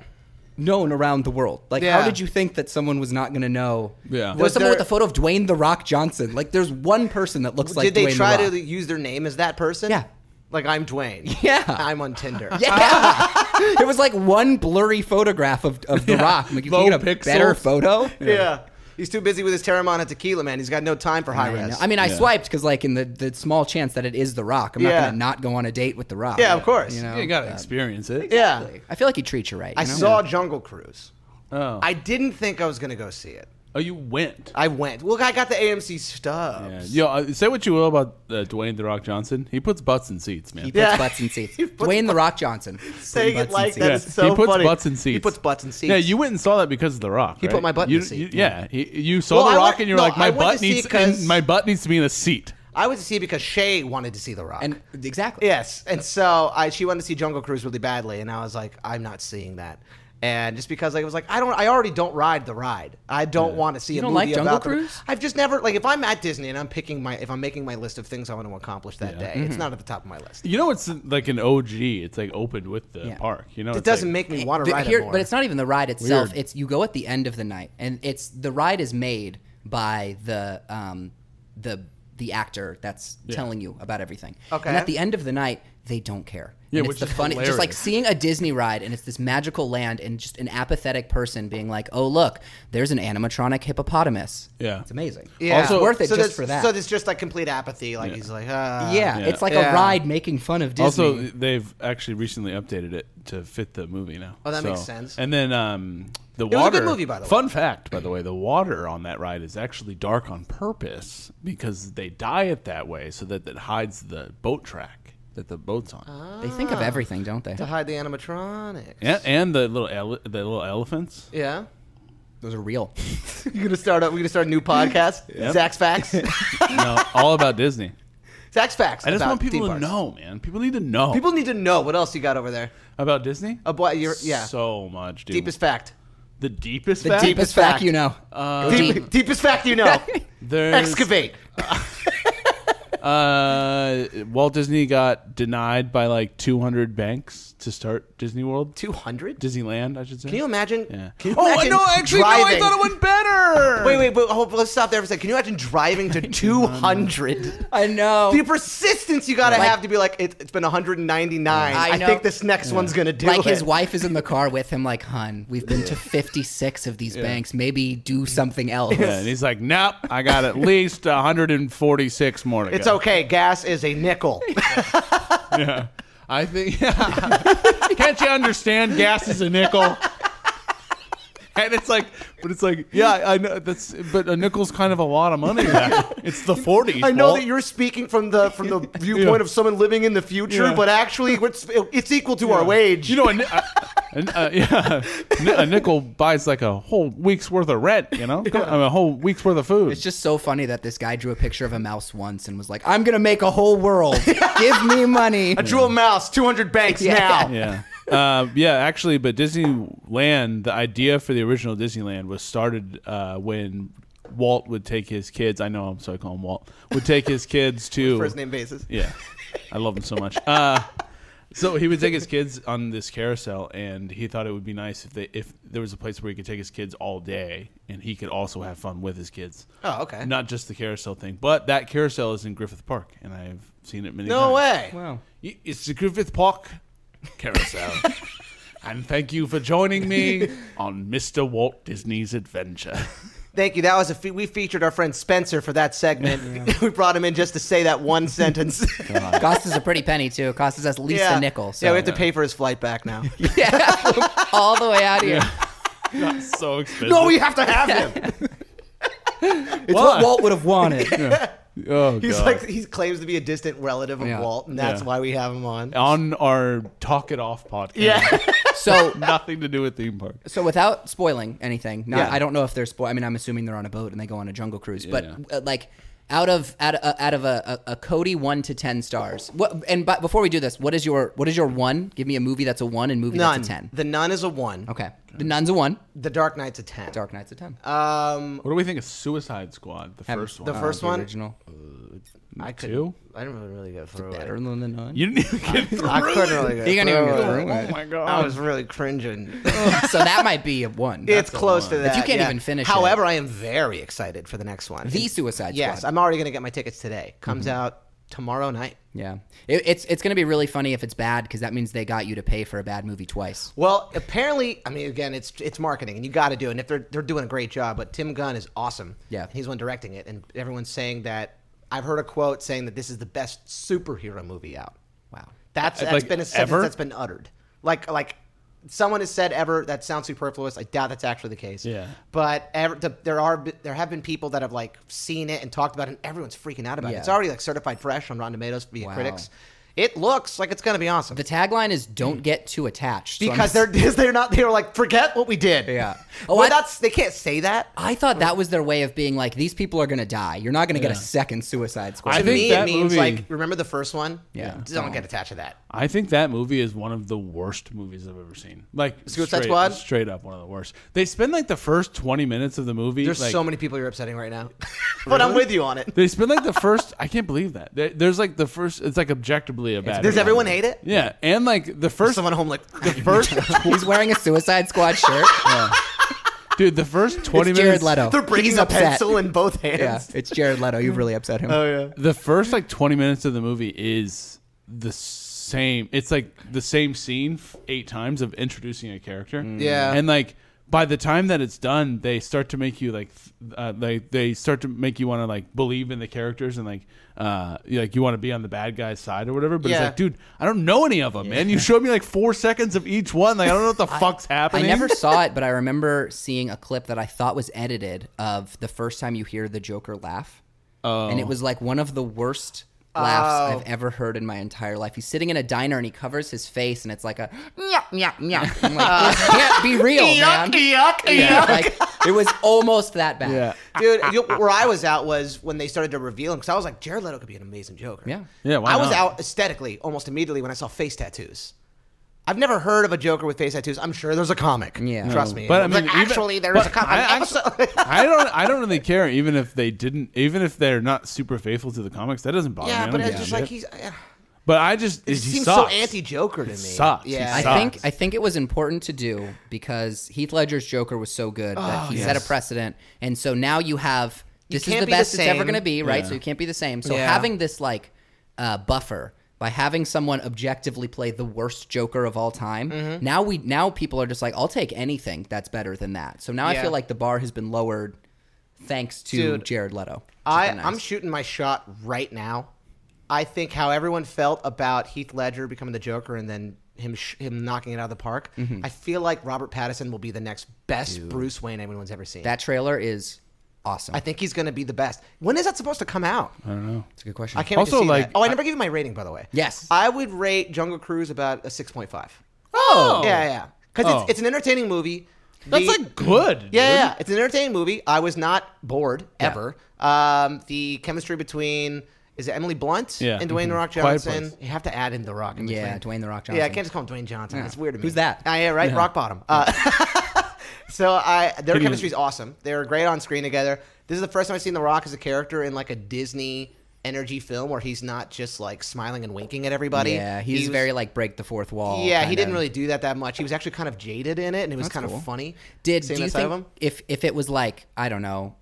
[SPEAKER 3] known around the world. Like,
[SPEAKER 2] Yeah.
[SPEAKER 3] how did you think that someone was not going to know?
[SPEAKER 1] Yeah.
[SPEAKER 3] There was
[SPEAKER 1] Was
[SPEAKER 3] someone with
[SPEAKER 2] there-
[SPEAKER 3] a photo of Dwayne the Rock Johnson. Like, there's one person that looks like
[SPEAKER 2] Did they
[SPEAKER 3] Dwayne
[SPEAKER 2] try
[SPEAKER 3] the
[SPEAKER 2] to
[SPEAKER 3] Rock.
[SPEAKER 2] use their name as that person?
[SPEAKER 3] Yeah.
[SPEAKER 2] Like I'm Dwayne.
[SPEAKER 3] Yeah.
[SPEAKER 2] I'm on Tinder.
[SPEAKER 3] <laughs> <laughs> Yeah, it was like one blurry photograph of, of the Rock. I'm like, you can
[SPEAKER 1] Low
[SPEAKER 3] get a
[SPEAKER 1] pixels.
[SPEAKER 3] better photo.
[SPEAKER 2] <laughs> Yeah. He's too busy with his Terramana tequila, man. He's got no time for high
[SPEAKER 3] I, know.
[SPEAKER 2] res.
[SPEAKER 3] I mean, I
[SPEAKER 1] Yeah.
[SPEAKER 3] swiped because, like, in the, the small chance that it is The Rock, I'm
[SPEAKER 2] Yeah.
[SPEAKER 3] not going to not go on a date with The Rock.
[SPEAKER 2] Yeah, of course.
[SPEAKER 3] You know?
[SPEAKER 1] You gotta experience it.
[SPEAKER 2] yeah.
[SPEAKER 3] I feel like he treats you right.
[SPEAKER 2] I
[SPEAKER 3] you know?
[SPEAKER 2] saw Jungle Cruise.
[SPEAKER 1] Oh.
[SPEAKER 2] I didn't think I was gonna go see it.
[SPEAKER 1] oh, you went.
[SPEAKER 2] I went. Well, I got the AMC
[SPEAKER 1] Yeah.
[SPEAKER 2] stubs.
[SPEAKER 1] Yo, uh, say what you will about uh, Dwayne the Rock Johnson. He puts butts in seats, man.
[SPEAKER 3] He puts
[SPEAKER 2] Yeah.
[SPEAKER 3] butts in seats.
[SPEAKER 2] <laughs> He puts
[SPEAKER 3] Dwayne the Rock
[SPEAKER 2] <laughs>
[SPEAKER 3] Johnson.
[SPEAKER 2] Saying
[SPEAKER 3] Putting
[SPEAKER 2] it
[SPEAKER 3] butts in
[SPEAKER 2] like that
[SPEAKER 3] seats.
[SPEAKER 2] is so
[SPEAKER 1] he puts
[SPEAKER 2] funny.
[SPEAKER 1] butts in seats.
[SPEAKER 2] He puts butts in seats.
[SPEAKER 1] Yeah, you went and saw that because of The Rock.
[SPEAKER 2] He put
[SPEAKER 1] right?
[SPEAKER 2] my butt in
[SPEAKER 1] you,
[SPEAKER 2] the seat.
[SPEAKER 1] you- yeah, he, you saw
[SPEAKER 2] Well, I
[SPEAKER 1] The Rock,
[SPEAKER 2] went-
[SPEAKER 1] and you were
[SPEAKER 2] no,
[SPEAKER 1] like,
[SPEAKER 2] I
[SPEAKER 1] my
[SPEAKER 2] went to
[SPEAKER 1] butt
[SPEAKER 2] see
[SPEAKER 1] needs
[SPEAKER 2] it 'cause-
[SPEAKER 1] in, my butt needs to be in a seat.
[SPEAKER 2] I went to see it because Shay wanted to see The Rock.
[SPEAKER 3] And exactly.
[SPEAKER 2] Yes, and so I she wanted to see Jungle Cruise really badly, and I was like, I'm not seeing that. And just because like, I was like, I don't, I already don't ride the ride. I don't want to see
[SPEAKER 3] You
[SPEAKER 2] a
[SPEAKER 3] don't
[SPEAKER 2] movie
[SPEAKER 3] like Jungle
[SPEAKER 2] about the-
[SPEAKER 3] Cruise?
[SPEAKER 2] I've just never like if I'm at Disney and I'm picking my if I'm making my list of things I want to accomplish that day,
[SPEAKER 3] Mm-hmm.
[SPEAKER 2] it's not at the top of my list.
[SPEAKER 1] You know, it's like an OG. It's like opened with the
[SPEAKER 3] Yeah.
[SPEAKER 1] park. You know,
[SPEAKER 2] It doesn't make me want to
[SPEAKER 3] The-
[SPEAKER 2] ride
[SPEAKER 3] here-
[SPEAKER 2] it more.
[SPEAKER 3] But it's not even the ride itself.
[SPEAKER 1] Weird.
[SPEAKER 3] It's you go at the end of the night, and it's the ride is made by the um, the the actor that's telling you about everything.
[SPEAKER 2] Okay.
[SPEAKER 3] And at the end of the night, they don't care.
[SPEAKER 1] Yeah,
[SPEAKER 3] and
[SPEAKER 1] which
[SPEAKER 3] it's the
[SPEAKER 1] is
[SPEAKER 3] funny, just like
[SPEAKER 1] hilarious.
[SPEAKER 3] seeing a Disney ride, and it's this magical land, and just an apathetic person being like, "Oh look, there's an animatronic hippopotamus."
[SPEAKER 1] Yeah.
[SPEAKER 3] it's amazing.
[SPEAKER 2] yeah.
[SPEAKER 3] it's worth it
[SPEAKER 2] so there's-
[SPEAKER 3] just for that.
[SPEAKER 2] So there's just like complete apathy. Like he's like, ah.
[SPEAKER 3] yeah,
[SPEAKER 1] Yeah.
[SPEAKER 3] it's like
[SPEAKER 2] Yeah.
[SPEAKER 3] a ride making fun of Disney.
[SPEAKER 1] Also, they've actually recently updated it to fit the movie now.
[SPEAKER 2] Oh, that makes sense.
[SPEAKER 1] And then um, the
[SPEAKER 2] was a
[SPEAKER 1] water.
[SPEAKER 2] good movie, by the way.
[SPEAKER 1] Fun fact, by the way, the water on that ride is actually dark on purpose because they dye it that way so that it hides the boat track that the boat's on.
[SPEAKER 2] Ah.
[SPEAKER 3] they think of everything, don't they?
[SPEAKER 2] to hide the animatronics.
[SPEAKER 1] And, and the little ele- the little elephants.
[SPEAKER 2] Yeah. <laughs>
[SPEAKER 3] Those are real.
[SPEAKER 2] You're gonna start up. We're gonna start a new podcast.
[SPEAKER 1] Yep.
[SPEAKER 2] Zach's
[SPEAKER 3] <laughs>
[SPEAKER 2] facts. <laughs>
[SPEAKER 1] no, all about Disney.
[SPEAKER 2] Zach's facts.
[SPEAKER 1] I just
[SPEAKER 2] about
[SPEAKER 1] want people to
[SPEAKER 2] D-bars.
[SPEAKER 1] know, man. People need to know
[SPEAKER 2] People need to know what else you got over there.
[SPEAKER 1] about Disney.
[SPEAKER 2] A boy, you're, yeah.
[SPEAKER 1] so much, dude.
[SPEAKER 2] deepest fact.
[SPEAKER 1] the deepest,
[SPEAKER 3] The
[SPEAKER 1] fact?
[SPEAKER 3] deepest
[SPEAKER 2] fact.
[SPEAKER 3] fact, you know.
[SPEAKER 1] Uh,
[SPEAKER 3] Go
[SPEAKER 2] Deep-
[SPEAKER 3] deep.
[SPEAKER 2] Deepest fact you know.
[SPEAKER 1] <laughs> There's-
[SPEAKER 2] Excavate.
[SPEAKER 1] Uh, Walt Disney got denied by like 200 banks to start Disney World,
[SPEAKER 2] Two hundred.
[SPEAKER 1] Disneyland, I should say.
[SPEAKER 2] Can you imagine?
[SPEAKER 1] Yeah.
[SPEAKER 2] Can you
[SPEAKER 1] oh
[SPEAKER 2] imagine
[SPEAKER 1] no! Actually, no. I
[SPEAKER 2] driving-
[SPEAKER 1] thought it went
[SPEAKER 2] <laughs>
[SPEAKER 1] better.
[SPEAKER 2] Wait, wait, but hold, let's stop there for a second. Can you imagine
[SPEAKER 1] <laughs>
[SPEAKER 2] driving to two hundred?
[SPEAKER 3] I know.
[SPEAKER 2] The persistence you gotta
[SPEAKER 3] Like-
[SPEAKER 2] have to be like it, it's been 199.
[SPEAKER 3] I
[SPEAKER 2] I,
[SPEAKER 3] know.
[SPEAKER 2] think this next one's gonna do
[SPEAKER 3] like
[SPEAKER 2] it.
[SPEAKER 3] his wife is in the car with him, like, "Hun, we've been to 56 of these banks. Maybe do something else."
[SPEAKER 1] Yeah, and he's like, "Nope, I got at least 146 more to
[SPEAKER 2] It's
[SPEAKER 1] go."
[SPEAKER 2] okay. Gas is
[SPEAKER 1] <laughs>
[SPEAKER 2] a nickel.
[SPEAKER 1] I think. <laughs> Can't you understand? Gas is a
[SPEAKER 2] <laughs>
[SPEAKER 1] nickel. And it's like, but it's like, yeah, I know that's, but a nickel's kind of a lot of
[SPEAKER 2] <laughs>
[SPEAKER 1] money. Zach. It's the 40s.
[SPEAKER 2] I know
[SPEAKER 1] Walt.
[SPEAKER 2] that you're speaking from the
[SPEAKER 1] <laughs>
[SPEAKER 2] from the viewpoint of someone living in the future,
[SPEAKER 1] Yeah.
[SPEAKER 2] but actually, it's, it's equal to our wage.
[SPEAKER 1] You know, a, ni- a, a- <laughs> a- yeah, Ni- a nickel buys like a whole week's worth of rent. You know, I mean, a whole week's worth of food.
[SPEAKER 3] It's just so funny that this guy drew a picture of a mouse once and was like, "I'm gonna make a whole world. Give me money."
[SPEAKER 2] I drew a mouse, 200 banks
[SPEAKER 3] Yeah.
[SPEAKER 2] now.
[SPEAKER 1] yeah, uh, yeah. Actually, but Disneyland, the idea for the original Disneyland was started uh, when Walt would take his kids. I know, I'm sorry, I call him Walt. Would take his kids to
[SPEAKER 2] First name basis.
[SPEAKER 1] Yeah, I love him so much. Uh, so he would take his kids on this carousel, and he thought it would be nice if they if there was a place where he could take his kids all day, and he could also have fun with his kids.
[SPEAKER 2] Oh, okay.
[SPEAKER 1] Not just the carousel thing, but that carousel is in Griffith Park, and I've seen it many times.
[SPEAKER 2] No way.
[SPEAKER 3] Wow.
[SPEAKER 2] <laughs>
[SPEAKER 1] Y- It's the Griffith Park carousel. and thank you for joining me on Mr. Walt Disney's Adventure.
[SPEAKER 2] Thank you. That was a fe- we featured our friend Spencer for that segment. <laughs> we brought him in just to say that
[SPEAKER 3] <laughs>
[SPEAKER 2] one sentence.
[SPEAKER 3] Cost us a pretty penny too. Cost us at least a nickel.
[SPEAKER 2] <laughs>
[SPEAKER 3] So.
[SPEAKER 2] Yeah, we have to pay for his flight back
[SPEAKER 3] <laughs>
[SPEAKER 2] now.
[SPEAKER 3] Yeah. <laughs> all the way out here.
[SPEAKER 1] <laughs> Not so expensive.
[SPEAKER 2] no, we have to have him.
[SPEAKER 3] It's
[SPEAKER 1] Why?
[SPEAKER 3] what Walt would have wanted.
[SPEAKER 1] oh,
[SPEAKER 2] <laughs> He's
[SPEAKER 1] God.
[SPEAKER 2] like he claims to be a distant relative of
[SPEAKER 3] Yeah.
[SPEAKER 2] Walt, and that's
[SPEAKER 1] Yeah.
[SPEAKER 2] why we have him on.
[SPEAKER 1] on our Talk It Off podcast.
[SPEAKER 2] Yeah.
[SPEAKER 3] So
[SPEAKER 1] <laughs> Nothing to do with theme park.
[SPEAKER 3] so without spoiling anything, not,
[SPEAKER 2] Yeah.
[SPEAKER 3] I don't know if they're spoil. I mean, I'm assuming they're on a boat and they go on a jungle cruise. but
[SPEAKER 1] yeah.
[SPEAKER 3] uh, like, out of out of, uh, out of a, a, a Cody one to ten stars. What and but before we do this, what is your what is your one? Give me a movie that's a one and movie
[SPEAKER 2] None.
[SPEAKER 3] that's a ten.
[SPEAKER 2] The Nun is a one.
[SPEAKER 3] Okay, The Nun's a one.
[SPEAKER 2] The Dark Knight's a ten.
[SPEAKER 3] Dark Knight's a ten.
[SPEAKER 2] Um,
[SPEAKER 1] What do we think of Suicide Squad, the first one?
[SPEAKER 2] the first
[SPEAKER 3] the
[SPEAKER 2] one?
[SPEAKER 3] original.
[SPEAKER 2] I could.
[SPEAKER 1] Two?
[SPEAKER 2] I didn't really go through it.
[SPEAKER 3] Better than the Nun.
[SPEAKER 1] You didn't even get
[SPEAKER 2] <laughs>
[SPEAKER 1] through
[SPEAKER 2] I couldn't
[SPEAKER 1] it.
[SPEAKER 2] really go.
[SPEAKER 3] You can't even
[SPEAKER 2] through
[SPEAKER 3] go
[SPEAKER 2] it.
[SPEAKER 3] through it.
[SPEAKER 1] Oh my god.
[SPEAKER 2] I was really cringing.
[SPEAKER 3] <laughs> <laughs> so that might be
[SPEAKER 2] <laughs>
[SPEAKER 3] a one.
[SPEAKER 2] it's
[SPEAKER 1] a
[SPEAKER 2] close
[SPEAKER 1] lot.
[SPEAKER 2] to that.
[SPEAKER 3] you can't
[SPEAKER 2] yeah.
[SPEAKER 3] even finish it.
[SPEAKER 2] However, I am very excited for the next one.
[SPEAKER 3] the Suicide Squad. Mm-hmm.
[SPEAKER 2] yes, I'm already gonna get my tickets today. Comes out tomorrow night.
[SPEAKER 3] Yeah, it, it's it's gonna be really funny if it's bad because that means they got you to pay for a bad movie twice.
[SPEAKER 2] Well, apparently, I mean, again, it's it's marketing, and you got to do. it. And if they're they're doing a great job, but Tim Gunn is awesome.
[SPEAKER 3] Yeah.
[SPEAKER 2] he's the one directing it, and everyone's saying that. I've heard a quote saying that this is the best superhero movie out.
[SPEAKER 3] Wow.
[SPEAKER 2] That's that's
[SPEAKER 1] Like,
[SPEAKER 2] been a sentence
[SPEAKER 1] ever?
[SPEAKER 2] that's been uttered. Like like someone has said ever that sounds superfluous. I doubt that's actually the case.
[SPEAKER 1] Yeah.
[SPEAKER 2] But ever, the, there are there have been people that have like seen it and talked about it, and everyone's freaking out about it.
[SPEAKER 3] Yeah.
[SPEAKER 2] It's already like certified fresh on Rotten Tomatoes via
[SPEAKER 3] Wow.
[SPEAKER 2] critics. It looks like it's gonna be awesome
[SPEAKER 3] The tagline is "Don't get too attached." so I'm
[SPEAKER 2] Mm. because they're <laughs> they're not they were like forget what we did.
[SPEAKER 3] Yeah.
[SPEAKER 2] Oh,
[SPEAKER 3] Oh, I-
[SPEAKER 2] that's they can't say that.
[SPEAKER 3] I thought that was their way of being like, these people are gonna die. You're not gonna get a
[SPEAKER 1] Yeah.
[SPEAKER 3] second Suicide Squad.
[SPEAKER 1] I
[SPEAKER 2] To
[SPEAKER 1] think
[SPEAKER 2] me, it
[SPEAKER 1] that
[SPEAKER 2] means
[SPEAKER 1] movie-
[SPEAKER 2] like remember the first one.
[SPEAKER 3] Yeah.
[SPEAKER 2] Don't get attached to that.
[SPEAKER 1] I think that movie is one of the worst movies I've ever seen. Like
[SPEAKER 2] Suicide
[SPEAKER 1] straight,
[SPEAKER 2] Squad?
[SPEAKER 1] straight up one of the worst. They spend like the first twenty minutes of the movie.
[SPEAKER 2] There's
[SPEAKER 1] like,
[SPEAKER 2] so many people you're upsetting right now, <laughs> but I'm with you on it.
[SPEAKER 1] They spend like the first. I can't believe that. There- There's like the first. It's like objectively a bad.
[SPEAKER 2] Does
[SPEAKER 1] movie.
[SPEAKER 2] everyone hate it?
[SPEAKER 1] Yeah, and like the first
[SPEAKER 2] Someone home like
[SPEAKER 1] first
[SPEAKER 3] He's wearing a Suicide Squad shirt.
[SPEAKER 1] <laughs> dude, the first twenty
[SPEAKER 3] It's
[SPEAKER 1] minutes.
[SPEAKER 3] Jared Leto.
[SPEAKER 2] They're bringing
[SPEAKER 3] He's
[SPEAKER 2] a
[SPEAKER 3] upset.
[SPEAKER 2] pencil in both
[SPEAKER 3] Yeah, Oh,
[SPEAKER 2] hands.
[SPEAKER 3] it's Jared Leto. You've really upset him.
[SPEAKER 2] yeah.
[SPEAKER 1] The first like twenty minutes of the movie is the same. It's like the same scene f- eight times of introducing a character.
[SPEAKER 2] Yeah.
[SPEAKER 1] and like by the time that it's done, they start to make you like th- uh, they they start to make you want to like believe in the characters and like uh you- like you want to be on the bad guy's side or whatever. But it's
[SPEAKER 2] Yeah.
[SPEAKER 1] like, dude, I don't know any of them, man. You showed me like four seconds of each one. Like I don't know what the fuck's
[SPEAKER 3] I
[SPEAKER 1] happening.
[SPEAKER 3] never saw it, but I remember seeing a clip that I thought was edited of the first time you hear the Joker laugh. Oh. And it was like one of the worst laughs
[SPEAKER 2] Oh.
[SPEAKER 3] I've ever heard in my entire life. He's sitting in a diner and he covers his face and it's like a yeah yeah yeah. <laughs> I'm like, this can't be real, man. Yeah, like it was almost that bad.
[SPEAKER 1] Yeah.
[SPEAKER 2] Dude, you, where I was out was when they started to reveal him because I was like, Jared Leto could be an amazing Joker.
[SPEAKER 3] Yeah.
[SPEAKER 1] Yeah, why
[SPEAKER 2] I was
[SPEAKER 1] not?
[SPEAKER 2] out aesthetically almost immediately when I saw face tattoos. I've never heard of a Joker with face tattoos. I'm sure there's a comic.
[SPEAKER 3] Yeah.
[SPEAKER 2] Trust
[SPEAKER 1] No,
[SPEAKER 2] me.
[SPEAKER 1] but I
[SPEAKER 2] I was
[SPEAKER 1] mean,
[SPEAKER 2] like,
[SPEAKER 1] even-
[SPEAKER 2] actually, there
[SPEAKER 1] but
[SPEAKER 2] is a comic.
[SPEAKER 1] I
[SPEAKER 2] episode.
[SPEAKER 1] actually- I don't. I don't really care. Even if they didn't, even if they're not super faithful to the comics, that doesn't bother
[SPEAKER 2] <laughs> yeah,
[SPEAKER 1] me. I
[SPEAKER 2] but
[SPEAKER 1] don't
[SPEAKER 2] it's
[SPEAKER 1] give
[SPEAKER 2] just
[SPEAKER 1] a
[SPEAKER 2] like
[SPEAKER 1] shit.
[SPEAKER 2] he's. Uh,
[SPEAKER 1] But I just
[SPEAKER 2] he
[SPEAKER 1] it
[SPEAKER 2] seems
[SPEAKER 1] sucks.
[SPEAKER 2] so anti-Joker to me.
[SPEAKER 1] sucks. He
[SPEAKER 2] Yeah.
[SPEAKER 3] I
[SPEAKER 1] sucks.
[SPEAKER 3] think I think it was important to do because Heath Ledger's Joker was so good that he set a precedent, and so now you have this is
[SPEAKER 2] Oh, can't
[SPEAKER 3] the
[SPEAKER 2] be the
[SPEAKER 3] best it's ever
[SPEAKER 2] same.
[SPEAKER 3] going to be, right?
[SPEAKER 1] Yeah.
[SPEAKER 3] So you can't be the same. So
[SPEAKER 2] Yeah.
[SPEAKER 3] having this like uh, buffer by having someone objectively play the worst Joker of all time,
[SPEAKER 2] Mm-hmm.
[SPEAKER 3] now we now people are just like, I'll take anything that's better than that. So now
[SPEAKER 2] Yeah.
[SPEAKER 3] I feel like the bar has been lowered thanks to
[SPEAKER 2] Dude,
[SPEAKER 3] Jared Leto. which has
[SPEAKER 2] I,
[SPEAKER 3] been nice.
[SPEAKER 2] I'm shooting my shot right now. I think how everyone felt about Heath Ledger becoming the Joker and then him sh- him knocking it out of the park. I feel like Robert Pattinson will be the next best Bruce Wayne anyone's ever seen.
[SPEAKER 3] that trailer is awesome.
[SPEAKER 2] I think he's going to be the best. When is that supposed to come out?
[SPEAKER 1] I don't know.
[SPEAKER 3] That's a good question.
[SPEAKER 2] I can't also
[SPEAKER 1] Uh, Also,
[SPEAKER 2] see like.
[SPEAKER 1] like,
[SPEAKER 2] Oh, I never gave you my rating by the way.
[SPEAKER 3] Yes.
[SPEAKER 2] I would rate Jungle Cruise about a six point five.
[SPEAKER 1] Oh,
[SPEAKER 2] Yeah, yeah, because
[SPEAKER 1] Oh.
[SPEAKER 2] it's, it's an entertaining movie.
[SPEAKER 1] That's
[SPEAKER 2] The-
[SPEAKER 1] like good.
[SPEAKER 2] Yeah,
[SPEAKER 1] dude.
[SPEAKER 2] yeah, it's an entertaining movie. I was not bored ever. Um, the chemistry between is it Emily Blunt
[SPEAKER 1] Yeah.
[SPEAKER 2] and Dwayne the
[SPEAKER 1] Mhm.
[SPEAKER 2] Rock
[SPEAKER 1] Quiet
[SPEAKER 2] Johnson?
[SPEAKER 1] Place.
[SPEAKER 2] You have to add in the Rock. In
[SPEAKER 3] Mm-hmm. Yeah,
[SPEAKER 2] between.
[SPEAKER 3] Dwayne The Rock
[SPEAKER 2] Yeah, I
[SPEAKER 3] Johnson.
[SPEAKER 2] can't just call him Dwayne Johnson.
[SPEAKER 3] Yeah.
[SPEAKER 2] That's weird to me.
[SPEAKER 3] Who's that?
[SPEAKER 2] Ah, yeah, right. Rock Bottom. Uh, <laughs> so I their
[SPEAKER 1] Can you-
[SPEAKER 2] chemistry's awesome. They're great on screen together. This is the first time I've seen The Rock as a character in like a Disney energy film where he's not just like smiling and winking at everybody.
[SPEAKER 3] yeah, he's
[SPEAKER 2] He was-
[SPEAKER 3] very like break the fourth wall.
[SPEAKER 2] Yeah,
[SPEAKER 3] kind
[SPEAKER 2] he didn't
[SPEAKER 3] of.
[SPEAKER 2] really do that that much. He was actually kind of jaded in it, and it was kind
[SPEAKER 3] cool.
[SPEAKER 2] of funny.
[SPEAKER 3] Did
[SPEAKER 2] seeing
[SPEAKER 3] do you
[SPEAKER 2] that side of
[SPEAKER 3] think
[SPEAKER 2] him.
[SPEAKER 3] if if it was like I don't know,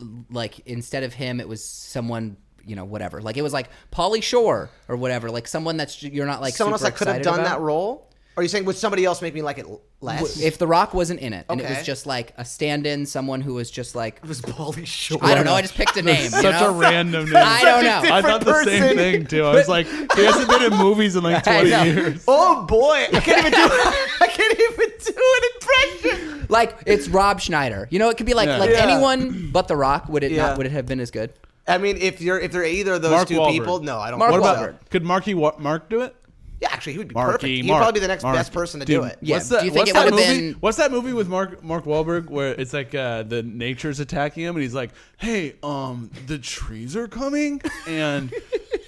[SPEAKER 3] l- like instead of him, it was someone you know whatever, like it was like Polly Shore or whatever, like someone that's you're not like
[SPEAKER 2] someone else
[SPEAKER 3] super
[SPEAKER 2] that could have
[SPEAKER 3] excited
[SPEAKER 2] done
[SPEAKER 3] about?
[SPEAKER 2] that role. Are you saying would somebody else make me like it l- less?
[SPEAKER 3] If The Rock wasn't in it, and it was
[SPEAKER 2] Okay.
[SPEAKER 3] just like a stand-in, someone who was just like,
[SPEAKER 2] was Paulie Shore.
[SPEAKER 3] I don't know, I just
[SPEAKER 1] <laughs>
[SPEAKER 3] picked a name. you
[SPEAKER 1] Such a
[SPEAKER 3] know?
[SPEAKER 1] random name.
[SPEAKER 3] I don't know.
[SPEAKER 1] I thought the same
[SPEAKER 2] person.
[SPEAKER 1] thing too. I was like, he hasn't been in movies
[SPEAKER 2] <laughs>
[SPEAKER 1] in like
[SPEAKER 3] I
[SPEAKER 1] 20
[SPEAKER 3] know.
[SPEAKER 1] years.
[SPEAKER 2] Oh boy, I can't even do. <laughs> I can't even do an impression.
[SPEAKER 3] Like it's Rob Schneider. You know, it could be like
[SPEAKER 1] Yeah.
[SPEAKER 3] like
[SPEAKER 2] Yeah.
[SPEAKER 3] anyone but The Rock. Would it
[SPEAKER 2] Yeah.
[SPEAKER 3] not? Would it have been as good?
[SPEAKER 2] I mean, if you're if they're either of those
[SPEAKER 1] Mark
[SPEAKER 2] two
[SPEAKER 1] Wahlberg.
[SPEAKER 2] people, no, I don't.
[SPEAKER 3] Mark
[SPEAKER 2] think
[SPEAKER 1] What
[SPEAKER 2] so.
[SPEAKER 3] Wahlberg.
[SPEAKER 1] about could Marky Wa- Mark do it?
[SPEAKER 2] Yeah, actually, he would be perfect.
[SPEAKER 1] Marky
[SPEAKER 2] He'd
[SPEAKER 1] Mark.
[SPEAKER 2] probably be the next
[SPEAKER 1] Mark.
[SPEAKER 2] best person to
[SPEAKER 1] Dude,
[SPEAKER 2] do it.
[SPEAKER 3] Yeah.
[SPEAKER 1] What's that,
[SPEAKER 3] Do you think
[SPEAKER 1] what's
[SPEAKER 3] it
[SPEAKER 1] that
[SPEAKER 3] would've
[SPEAKER 1] movie?
[SPEAKER 3] been-
[SPEAKER 1] What's that movie with Mark Mark Wahlberg where it's like uh, the nature's attacking him and he's like, "Hey, um, the trees are coming and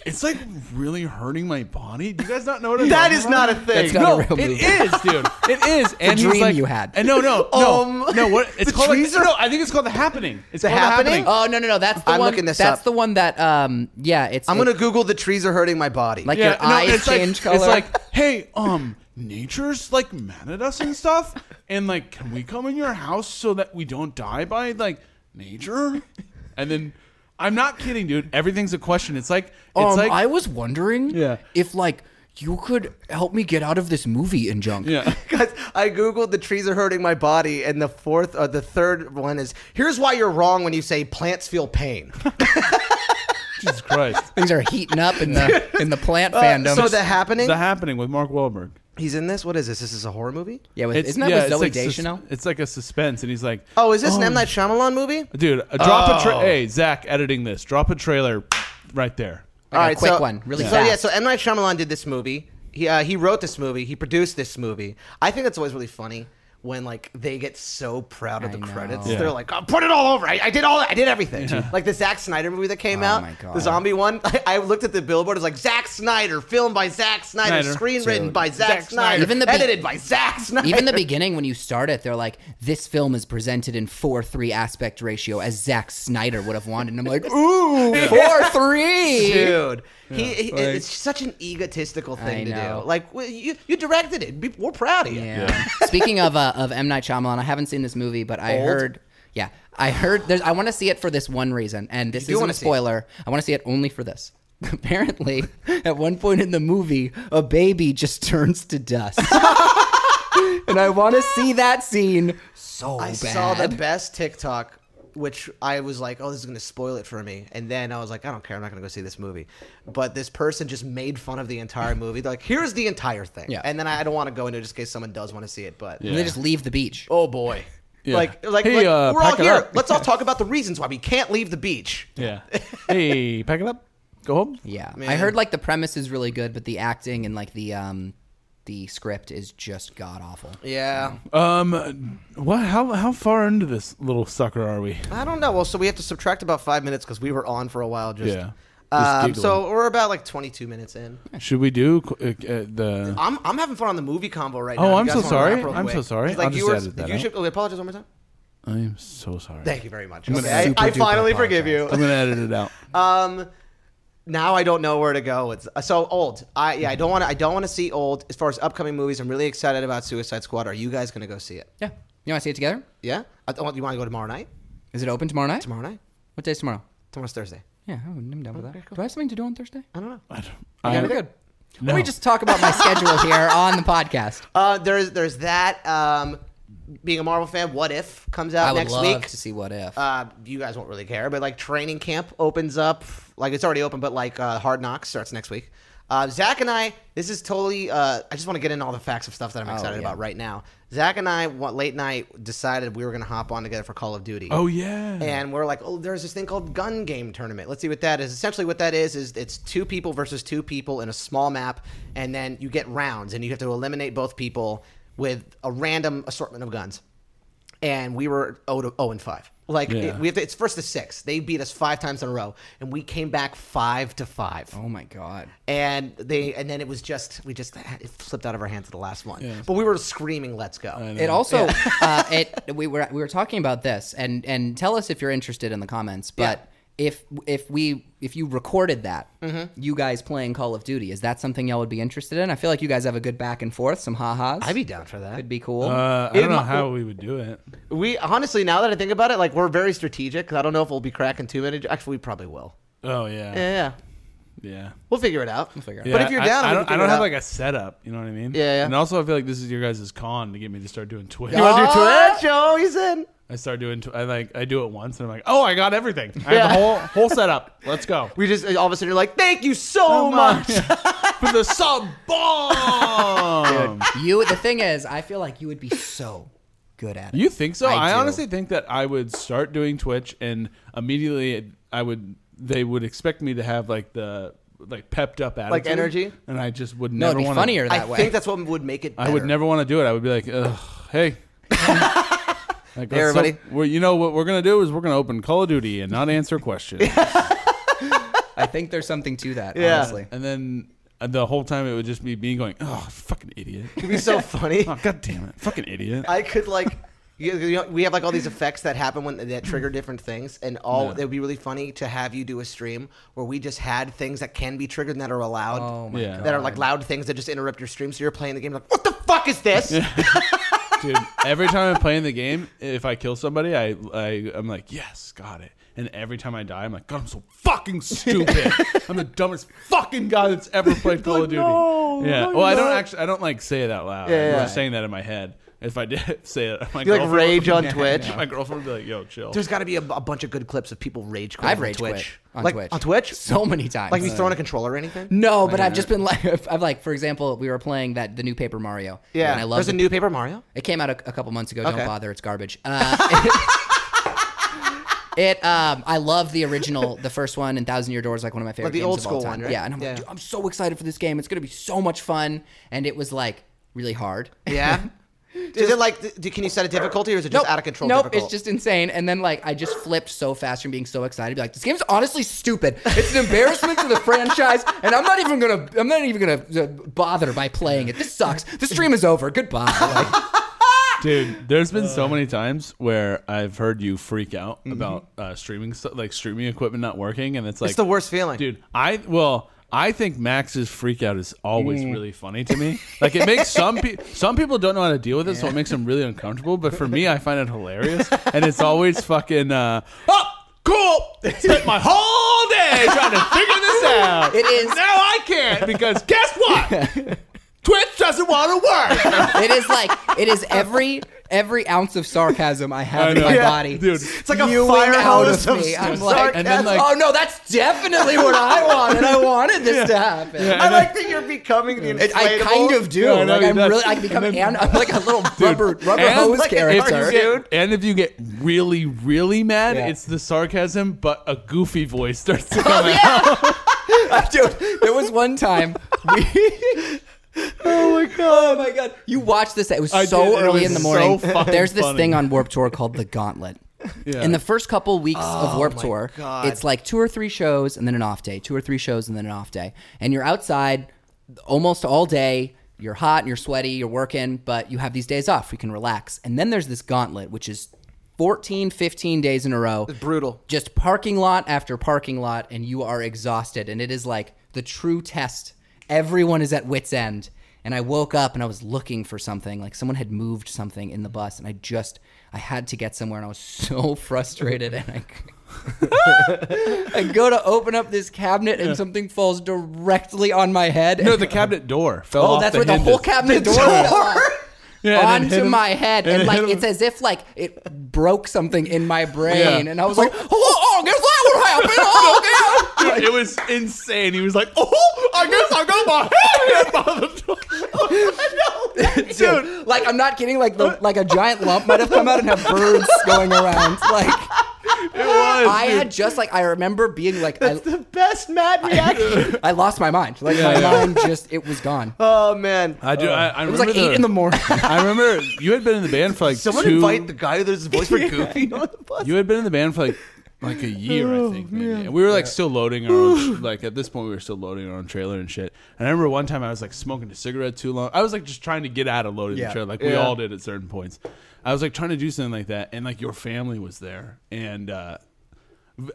[SPEAKER 1] it's like really hurting my body." Do you guys not know what I'm
[SPEAKER 2] That
[SPEAKER 1] talking
[SPEAKER 2] is
[SPEAKER 1] about?
[SPEAKER 2] not a thing.
[SPEAKER 3] That's not
[SPEAKER 1] no,
[SPEAKER 3] a real movie.
[SPEAKER 1] it is, dude.
[SPEAKER 3] <laughs>
[SPEAKER 1] It is. and he's
[SPEAKER 3] dream
[SPEAKER 1] like,
[SPEAKER 3] you had.
[SPEAKER 1] And no, no, no,
[SPEAKER 2] <laughs> Um,
[SPEAKER 1] no. What it's
[SPEAKER 2] the
[SPEAKER 1] called? like-
[SPEAKER 2] trees are-
[SPEAKER 1] no, I think it's called the happening. It's
[SPEAKER 2] The
[SPEAKER 1] called
[SPEAKER 2] Happening?
[SPEAKER 3] Oh no no no. That's the
[SPEAKER 2] I'm
[SPEAKER 3] one.
[SPEAKER 2] looking this
[SPEAKER 3] that's
[SPEAKER 2] up.
[SPEAKER 3] the one that um yeah. It's
[SPEAKER 2] I'm
[SPEAKER 3] it-
[SPEAKER 2] gonna Google the trees are hurting my body. <laughs>
[SPEAKER 3] Like- your eyes
[SPEAKER 1] it's like-
[SPEAKER 3] change color.
[SPEAKER 1] It's like, hey, um, nature's like mad at us and stuff, and like, can we come in your house so that we don't die by like nature? And then, I'm not kidding, dude. Everything's a question. It's like, it's
[SPEAKER 3] um,
[SPEAKER 1] like,
[SPEAKER 3] I was wondering
[SPEAKER 1] Yeah.
[SPEAKER 3] if like you could help me get out of this movie in
[SPEAKER 1] <laughs>
[SPEAKER 3] junk.
[SPEAKER 1] yeah.
[SPEAKER 2] Guys, I googled the trees are hurting my body, and the fourth, uh, the third one is here's why you're wrong when you say plants feel
[SPEAKER 3] <laughs>
[SPEAKER 2] pain.
[SPEAKER 1] Jesus Christ.
[SPEAKER 3] Things are heating up in the
[SPEAKER 1] <laughs>
[SPEAKER 3] in the plant fandom.
[SPEAKER 2] Uh, so the happening,
[SPEAKER 1] The happening with Mark Wahlberg.
[SPEAKER 2] he's in this. What is this? This is a horror movie.
[SPEAKER 3] yeah, with,
[SPEAKER 1] It's,
[SPEAKER 3] isn't that
[SPEAKER 1] yeah,
[SPEAKER 3] with
[SPEAKER 1] it's
[SPEAKER 3] Zoe
[SPEAKER 1] like sus-
[SPEAKER 3] Deschanel?
[SPEAKER 1] it's like a suspense, and he's like,
[SPEAKER 2] Oh, is this an M Night Shyamalan movie?
[SPEAKER 1] dude, uh, drop a
[SPEAKER 2] Oh.
[SPEAKER 1] tra- hey Zach, editing this, drop a trailer, right there.
[SPEAKER 3] Like a quick one, really
[SPEAKER 2] so
[SPEAKER 3] fast.
[SPEAKER 2] yeah, so M Night Shyamalan did this movie. He uh, he wrote this movie. He produced this movie. I think that's always really funny when like they get so proud of
[SPEAKER 3] I
[SPEAKER 2] the
[SPEAKER 3] know.
[SPEAKER 2] credits.
[SPEAKER 1] Yeah.
[SPEAKER 2] They're like, oh, put it all over. I, I did all. I did everything. Like the Zack Snyder movie that came
[SPEAKER 3] Oh
[SPEAKER 2] out,
[SPEAKER 3] my God.
[SPEAKER 2] the zombie one. <laughs> I, I looked at the billboard. It's like Zack Snyder, filmed by Zack Snyder,
[SPEAKER 1] Snyder.
[SPEAKER 2] screen
[SPEAKER 3] Dude.
[SPEAKER 2] written by Zack,
[SPEAKER 1] Zack
[SPEAKER 2] Snyder,
[SPEAKER 1] Snyder.
[SPEAKER 3] Even the be-
[SPEAKER 2] edited by Zack Snyder.
[SPEAKER 3] Even the beginning, when you start it, they're like, "This film is presented in four three aspect ratio, as Zack Snyder would have wanted." And I'm like,
[SPEAKER 1] <laughs>
[SPEAKER 3] "Ooh, four
[SPEAKER 2] <laughs>
[SPEAKER 3] three!
[SPEAKER 2] dude. He, he-
[SPEAKER 1] like-
[SPEAKER 2] it's such an egotistical thing
[SPEAKER 3] I
[SPEAKER 2] to
[SPEAKER 3] know.
[SPEAKER 2] do. Like well, you, you directed it. Be- We're proud of you.
[SPEAKER 3] Yeah. Speaking of uh, of M Night Shyamalan, I haven't seen this movie, but I
[SPEAKER 2] Old?
[SPEAKER 3] heard. Yeah, I heard. There's, I want to see it for this one reason, and this
[SPEAKER 2] do
[SPEAKER 3] isn't
[SPEAKER 2] wanna
[SPEAKER 3] a
[SPEAKER 2] see it.
[SPEAKER 3] spoiler. I want to see it only for this. <laughs> Apparently, at one point in the movie, a baby just <laughs> turns
[SPEAKER 2] <laughs>
[SPEAKER 3] to dust. and I want to see that scene so
[SPEAKER 2] I
[SPEAKER 3] bad.
[SPEAKER 2] saw the best TikTok, which I was like, "Oh, this is gonna spoil it for me." And then I was like, "I don't care. I'm not gonna go see this movie." But this person just made fun of the
[SPEAKER 1] <laughs>
[SPEAKER 2] entire movie. They're like, "Here's the entire thing,"
[SPEAKER 3] Yeah.
[SPEAKER 2] and then I I don't want to go into it just in case someone does want to see it. But
[SPEAKER 3] And they just leave the beach.
[SPEAKER 2] oh boy,
[SPEAKER 1] <laughs> Yeah.
[SPEAKER 2] like like,
[SPEAKER 1] Hey,
[SPEAKER 2] like,
[SPEAKER 1] uh,
[SPEAKER 2] we're all
[SPEAKER 1] pack it
[SPEAKER 2] here.
[SPEAKER 1] up.
[SPEAKER 2] Let's all
[SPEAKER 1] <laughs>
[SPEAKER 2] talk about the reasons why we can't leave the beach.
[SPEAKER 1] Yeah. hey, pack it up, go home.
[SPEAKER 3] Yeah, I
[SPEAKER 2] Man.
[SPEAKER 3] heard like the premise is really good, but the acting and like the um the script is just god awful.
[SPEAKER 2] Yeah,
[SPEAKER 1] Um, what? How how far into this little sucker are we?
[SPEAKER 2] I don't know. Well, so we have to subtract about five minutes because we were on for a while. Just
[SPEAKER 1] Yeah. Just
[SPEAKER 2] Um,
[SPEAKER 1] giggling.
[SPEAKER 2] so we're about like 22 minutes in.
[SPEAKER 1] should we do uh, uh, the?
[SPEAKER 2] I'm, I'm having fun on the movie combo right
[SPEAKER 1] Oh,
[SPEAKER 2] now. You
[SPEAKER 1] I'm
[SPEAKER 2] guys
[SPEAKER 1] so
[SPEAKER 2] wanna wrap
[SPEAKER 1] sorry.
[SPEAKER 2] real
[SPEAKER 1] I'm
[SPEAKER 2] quick.
[SPEAKER 1] so sorry.
[SPEAKER 2] He's Like
[SPEAKER 1] I'll
[SPEAKER 2] you
[SPEAKER 1] just
[SPEAKER 2] were,
[SPEAKER 1] edit that
[SPEAKER 2] you
[SPEAKER 1] out.
[SPEAKER 2] should oh, wait, apologize one more time.
[SPEAKER 1] I am so sorry.
[SPEAKER 2] Thank you very much.
[SPEAKER 1] gonna
[SPEAKER 2] Okay,
[SPEAKER 1] super
[SPEAKER 2] I, I
[SPEAKER 3] duper
[SPEAKER 2] finally forgive you.
[SPEAKER 1] I'm gonna edit it
[SPEAKER 2] <laughs>
[SPEAKER 1] out.
[SPEAKER 2] Um, now I don't know where to go. It's so old. I yeah. I don't want to. I don't want to see old. As far as upcoming movies, I'm really excited about Suicide Squad. Are you guys gonna go see it?
[SPEAKER 3] Yeah, you want to see it together?
[SPEAKER 2] Yeah. I, don't- you want to go tomorrow night?
[SPEAKER 3] Is it open tomorrow night?
[SPEAKER 2] Tomorrow night.
[SPEAKER 3] What day's tomorrow?
[SPEAKER 2] Tomorrow's Thursday.
[SPEAKER 3] Yeah, I wouldn't- I'm down with that.
[SPEAKER 2] Okay, cool.
[SPEAKER 3] Do I have something to do on Thursday?
[SPEAKER 2] I don't know.
[SPEAKER 1] I don't,
[SPEAKER 3] Yeah,
[SPEAKER 1] I,
[SPEAKER 3] we're good.
[SPEAKER 1] No.
[SPEAKER 3] Let me just talk about my schedule
[SPEAKER 2] <laughs>
[SPEAKER 3] here on the podcast.
[SPEAKER 2] Uh, there's there's that. Um, being a Marvel fan, What If comes out
[SPEAKER 3] I would
[SPEAKER 2] next
[SPEAKER 3] love
[SPEAKER 2] week.
[SPEAKER 3] to see what if.
[SPEAKER 2] uh, you guys won't really care, but like training camp opens up, like it's already open, but like uh, Hard Knocks starts next week. Uh, Zach and I, this is totally. Uh, I just want to get in all the facts of stuff that I'm excited
[SPEAKER 3] yeah.
[SPEAKER 2] about right now. Zach and I, wa- late night, decided we were gonna hop on together for Call of Duty.
[SPEAKER 1] oh yeah.
[SPEAKER 2] And we're like, oh, there's this thing called gun game tournament. Let's see what that is. Essentially, what that is is it's two people versus two people in a small map, and then you get rounds, and you have to eliminate both people with a random assortment of guns. And we were 0, to, 0 and 5. Like
[SPEAKER 1] Yeah.
[SPEAKER 2] it- we have to, it's first to six. They beat us five times in a row, and we came back five to five.
[SPEAKER 3] oh my god.
[SPEAKER 2] And they and then it was just we just had, it slipped out of our hands at the last one. But we were screaming, "Let's go!"
[SPEAKER 3] It also uh, it we were we were talking about this and and tell us if you're interested in the comments. But if if we if you recorded that,
[SPEAKER 2] Mm-hmm.
[SPEAKER 3] you guys playing Call of Duty, is that something y'all would be interested in? I feel like you guys have a good back and forth, some ha ha's.
[SPEAKER 2] I'd be down for that.
[SPEAKER 3] It'd be cool.
[SPEAKER 1] uh, I don't know how we would do it.
[SPEAKER 2] We honestly, now that I think about it, like we're very strategic. 'cause I don't know if we'll be cracking too many. Actually, we probably will.
[SPEAKER 1] Oh yeah.
[SPEAKER 2] Yeah, yeah.
[SPEAKER 1] Yeah.
[SPEAKER 2] We'll figure it out. We'll
[SPEAKER 3] figure it
[SPEAKER 1] Yeah,
[SPEAKER 2] But if you're
[SPEAKER 1] I-
[SPEAKER 2] down,
[SPEAKER 1] I,
[SPEAKER 2] we
[SPEAKER 1] don't,
[SPEAKER 2] can
[SPEAKER 1] I
[SPEAKER 2] figure
[SPEAKER 1] don't
[SPEAKER 2] it
[SPEAKER 1] have
[SPEAKER 2] out.
[SPEAKER 1] like a setup. You know what I mean?
[SPEAKER 2] Yeah, yeah.
[SPEAKER 1] And also, I feel like this is your guys' con to get me to start doing Twitch.
[SPEAKER 2] You want to do
[SPEAKER 3] Ah!
[SPEAKER 2] Twitch? Oh, he's in.
[SPEAKER 1] I start doing. Tw- I like. I do it once, and I'm like, oh, I got everything. I
[SPEAKER 2] Yeah.
[SPEAKER 1] have the whole whole setup. Let's go. Oh,
[SPEAKER 2] We just all of a sudden you're like, thank you so much.
[SPEAKER 1] <laughs> for the sub
[SPEAKER 2] <laughs>
[SPEAKER 1] bomb.
[SPEAKER 3] You. The thing is, I feel like you would be so good at it.
[SPEAKER 1] you think so?
[SPEAKER 3] I
[SPEAKER 1] I,
[SPEAKER 3] do.
[SPEAKER 1] honestly think that I would start doing Twitch, and immediately I would. They would expect me to have like the like pepped up attitude,
[SPEAKER 2] Like energy?
[SPEAKER 1] and I just would
[SPEAKER 3] no,
[SPEAKER 1] never
[SPEAKER 3] it'd be
[SPEAKER 1] want
[SPEAKER 3] funnier
[SPEAKER 2] I
[SPEAKER 3] that way.
[SPEAKER 2] think that's what would make it.
[SPEAKER 1] I would
[SPEAKER 2] better.
[SPEAKER 1] never want to do it. I would be like, Ugh,
[SPEAKER 3] <laughs>
[SPEAKER 1] hey. Like,
[SPEAKER 2] Hey,
[SPEAKER 1] let's-
[SPEAKER 2] everybody.
[SPEAKER 1] we're- you know what we're gonna do is we're gonna open Call of Duty and not
[SPEAKER 3] <laughs>
[SPEAKER 1] answer questions.
[SPEAKER 3] I think there's something to that.
[SPEAKER 2] Yeah.
[SPEAKER 3] Honestly,
[SPEAKER 1] And then uh, the whole time it would just be me going, "Oh, fucking
[SPEAKER 3] <laughs>
[SPEAKER 1] idiot!
[SPEAKER 2] It'd be so funny.
[SPEAKER 1] Oh, god damn it, fucking idiot!"
[SPEAKER 2] I could like. You, you know, we have like all these effects that happen when that trigger different things, and all
[SPEAKER 1] Yeah.
[SPEAKER 2] it would be really funny to have you do a stream where we just had things that can be triggered and that are allowed,
[SPEAKER 3] Oh my
[SPEAKER 1] Yeah.
[SPEAKER 2] that are like loud things that just interrupt your stream. So you're playing the game like, what the fuck is this?
[SPEAKER 1] Dude, every time I'm playing the game, if I kill somebody, I, I I'm like, yes, got it. And every time I die, I'm like, God, I'm so fucking
[SPEAKER 2] <laughs>
[SPEAKER 1] stupid. I'm the dumbest fucking guy that's ever played Call of Duty. yeah. well, I don't actually, I don't like say it out loud. I'm
[SPEAKER 2] yeah.
[SPEAKER 1] just saying that in my head. If I did <laughs> say it, my
[SPEAKER 2] You like
[SPEAKER 1] girlfriend
[SPEAKER 2] rage on
[SPEAKER 1] would,
[SPEAKER 2] Twitch.
[SPEAKER 1] <laughs> My girlfriend would be like, Yo, chill.
[SPEAKER 2] There's got to be a, a bunch of good clips of people rage quitting
[SPEAKER 3] I've
[SPEAKER 2] on
[SPEAKER 3] rage
[SPEAKER 2] Twitch.
[SPEAKER 3] quit on
[SPEAKER 2] like,
[SPEAKER 3] Twitch.
[SPEAKER 2] On Twitch?
[SPEAKER 3] so many times.
[SPEAKER 2] Like, he's throwing a controller or anything?
[SPEAKER 3] No, but I've just been like, <laughs> I've like, for example, we were playing that the new Paper Mario.
[SPEAKER 2] Yeah.
[SPEAKER 3] and I love
[SPEAKER 2] There's
[SPEAKER 3] the,
[SPEAKER 2] a new Paper
[SPEAKER 3] <laughs>
[SPEAKER 2] Mario?
[SPEAKER 3] It came out a, a couple months ago.
[SPEAKER 2] Okay.
[SPEAKER 3] Don't bother, it's garbage. Uh, <laughs> it, um, I love the original, the first one, and Thousand Year Door is like one of my favorite
[SPEAKER 2] the
[SPEAKER 3] games
[SPEAKER 2] old
[SPEAKER 3] of all
[SPEAKER 2] school
[SPEAKER 3] time.
[SPEAKER 2] one, right?
[SPEAKER 3] Yeah, and I'm
[SPEAKER 2] Yeah.
[SPEAKER 3] like, Dude, I'm so excited for this game. It's gonna be so much fun, and it was like really hard. <laughs>
[SPEAKER 2] Yeah. is it like, do, can you set a difficulty or is it just
[SPEAKER 3] Nope.
[SPEAKER 2] out of control
[SPEAKER 3] Nope,
[SPEAKER 2] difficult?
[SPEAKER 3] it's just insane. And then like I just flipped so fast from being so excited, be like, this game's honestly stupid. It's an embarrassment
[SPEAKER 2] <laughs>
[SPEAKER 3] to the franchise, and I'm not even gonna, I'm not even gonna uh, bother by playing it. This sucks. The stream is
[SPEAKER 2] <laughs>
[SPEAKER 3] over. Goodbye. Like,
[SPEAKER 1] Dude, there's been so many times where I've heard you freak out about uh, streaming, stu- like streaming equipment not working, and it's like
[SPEAKER 2] It's the worst feeling.
[SPEAKER 1] dude. I well, I think Max's freak out is always really funny to me. Like it makes some people some people don't know how to deal with it, so it makes them really uncomfortable. But for me, I find it hilarious, and it's always fucking uh, oh, cool. Spent my whole day trying to figure this out.
[SPEAKER 3] It is-
[SPEAKER 1] now I can't because guess what? Twitch doesn't want to work.
[SPEAKER 3] it is like it is every every ounce of sarcasm I have
[SPEAKER 1] I
[SPEAKER 3] in
[SPEAKER 1] know.
[SPEAKER 3] my
[SPEAKER 1] Yeah, <laughs>
[SPEAKER 3] body.
[SPEAKER 1] dude.
[SPEAKER 2] It's like a
[SPEAKER 3] spewing
[SPEAKER 2] fire
[SPEAKER 3] out
[SPEAKER 2] hose of
[SPEAKER 3] me. I'm
[SPEAKER 2] sarcasm.
[SPEAKER 3] like,
[SPEAKER 1] And then, like-
[SPEAKER 3] oh no, that's definitely what I wanted. I wanted this to happen.
[SPEAKER 2] I like that you're becoming the inflatable.
[SPEAKER 3] It- I kind of do.
[SPEAKER 1] Yeah, I know
[SPEAKER 3] like
[SPEAKER 1] he
[SPEAKER 3] I'm
[SPEAKER 1] does.
[SPEAKER 3] really, I can become
[SPEAKER 1] And
[SPEAKER 3] an, I'm like a
[SPEAKER 1] <laughs>
[SPEAKER 3] little rubber rubber
[SPEAKER 1] and
[SPEAKER 3] hose
[SPEAKER 1] like
[SPEAKER 2] an
[SPEAKER 1] if
[SPEAKER 3] character.
[SPEAKER 1] you
[SPEAKER 2] Dude.
[SPEAKER 1] get, and if you get really, really mad,
[SPEAKER 3] Yeah.
[SPEAKER 1] it's the sarcasm, but a goofy voice starts to come
[SPEAKER 3] Oh,
[SPEAKER 1] out.
[SPEAKER 3] yeah. Dude, there was one time
[SPEAKER 1] <laughs>
[SPEAKER 3] we. Oh my god! Oh my god! You watched this. It was
[SPEAKER 1] I
[SPEAKER 3] so
[SPEAKER 1] did, it
[SPEAKER 3] early
[SPEAKER 1] was
[SPEAKER 3] in the
[SPEAKER 1] so
[SPEAKER 3] morning.
[SPEAKER 1] fucking
[SPEAKER 3] There's this
[SPEAKER 1] funny.
[SPEAKER 3] thing on Warp Tour called the Gauntlet.
[SPEAKER 1] Yeah. Oh
[SPEAKER 3] In the first couple weeks of Warp
[SPEAKER 2] my
[SPEAKER 3] Tour,
[SPEAKER 2] God.
[SPEAKER 3] it's like two or three shows and then an off day, two or three shows and then an off day, and you're outside almost all day. You're hot, and you're sweaty, you're working, but you have these days off. You can relax, and then there's this Gauntlet, which is 14, 15 days in a row
[SPEAKER 2] brutal.
[SPEAKER 3] just parking lot after parking lot and you are exhausted and it is like the true test everyone is at wits end and i woke up and i was looking for something like someone had moved something in the bus and i just i had to get somewhere and i was <laughs> so frustrated and i <laughs> I go to open up this cabinet and something falls directly on my head.
[SPEAKER 1] No,
[SPEAKER 3] <laughs> and-
[SPEAKER 1] the cabinet door fell
[SPEAKER 3] oh,
[SPEAKER 1] off
[SPEAKER 3] that's
[SPEAKER 1] the
[SPEAKER 3] where the
[SPEAKER 1] hinges.
[SPEAKER 3] whole
[SPEAKER 1] <laughs>
[SPEAKER 3] cabinet door,
[SPEAKER 1] Yeah, and it hit
[SPEAKER 3] onto
[SPEAKER 1] him-
[SPEAKER 3] my head,
[SPEAKER 1] and
[SPEAKER 3] and,
[SPEAKER 1] it
[SPEAKER 3] like
[SPEAKER 1] hit him-
[SPEAKER 3] it's as if like it broke something in my brain,
[SPEAKER 1] Yeah.
[SPEAKER 3] and I was like, oh, oh, guess that would happen.
[SPEAKER 1] <laughs>
[SPEAKER 3] Oh, yeah.
[SPEAKER 1] Dude, it was insane. He was like, "Oh, I guess I got my head hit by the door." <laughs> Oh,
[SPEAKER 3] <laughs> dude, like I'm not kidding. Like the, like a giant lump might have come out and have birds going around.
[SPEAKER 1] <laughs>
[SPEAKER 3] Like
[SPEAKER 1] It was.
[SPEAKER 3] I
[SPEAKER 1] Oh, dude.
[SPEAKER 3] had just like I remember being like I,
[SPEAKER 2] the best mad <laughs> reaction.
[SPEAKER 3] I lost my mind. Like
[SPEAKER 1] Yeah,
[SPEAKER 3] my
[SPEAKER 1] yeah.
[SPEAKER 3] mind just it was gone.
[SPEAKER 2] oh man.
[SPEAKER 1] I do. I, I
[SPEAKER 3] It was like
[SPEAKER 1] remember
[SPEAKER 3] eight in
[SPEAKER 1] <laughs>
[SPEAKER 3] the morning.
[SPEAKER 1] I remember you had been in the band for like
[SPEAKER 2] Someone
[SPEAKER 1] two,
[SPEAKER 2] invite the guy who does his
[SPEAKER 3] <laughs>
[SPEAKER 2] voice for Goofy on the bus.
[SPEAKER 1] You had been in the band for like like a year,
[SPEAKER 3] Oh,
[SPEAKER 1] I think. Maybe. And we were like still loading our
[SPEAKER 3] <sighs>
[SPEAKER 1] own. Like at this point, we were still loading our own trailer and shit. And I remember one time I was like smoking a cigarette too long. I was like just trying to get out of loading
[SPEAKER 3] Yeah.
[SPEAKER 1] the trailer, like we
[SPEAKER 2] Yeah.
[SPEAKER 1] all did at certain points. I was like trying to do something like that, and like your family was there, and. uh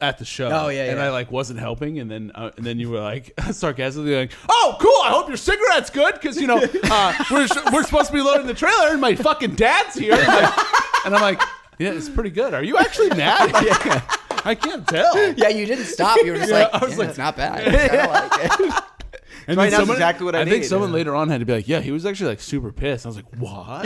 [SPEAKER 1] at the show,
[SPEAKER 3] Oh, yeah,
[SPEAKER 1] and
[SPEAKER 3] yeah.
[SPEAKER 1] I like wasn't helping, and then uh, and then you were like <laughs> sarcastically like, "Oh, cool! I hope your cigarette's good because you know
[SPEAKER 2] <laughs>
[SPEAKER 1] uh, we're we're supposed to be loading the trailer, and my
[SPEAKER 2] <laughs>
[SPEAKER 1] fucking dad's here." And, like, and I'm like, "Yeah, it's pretty good. Are you actually mad?" yeah. I can't tell.
[SPEAKER 3] yeah, you didn't stop. You were just
[SPEAKER 1] Yeah,
[SPEAKER 3] like,
[SPEAKER 1] I was
[SPEAKER 3] "Yeah,
[SPEAKER 1] like-
[SPEAKER 3] it's
[SPEAKER 1] <laughs>
[SPEAKER 3] not bad. I kinda like it."
[SPEAKER 1] And
[SPEAKER 2] Right
[SPEAKER 1] then
[SPEAKER 2] now is exactly what I
[SPEAKER 1] think
[SPEAKER 2] need.
[SPEAKER 1] someone
[SPEAKER 2] Yeah.
[SPEAKER 1] later on had to be like, yeah, he was actually like super pissed. I was like, what?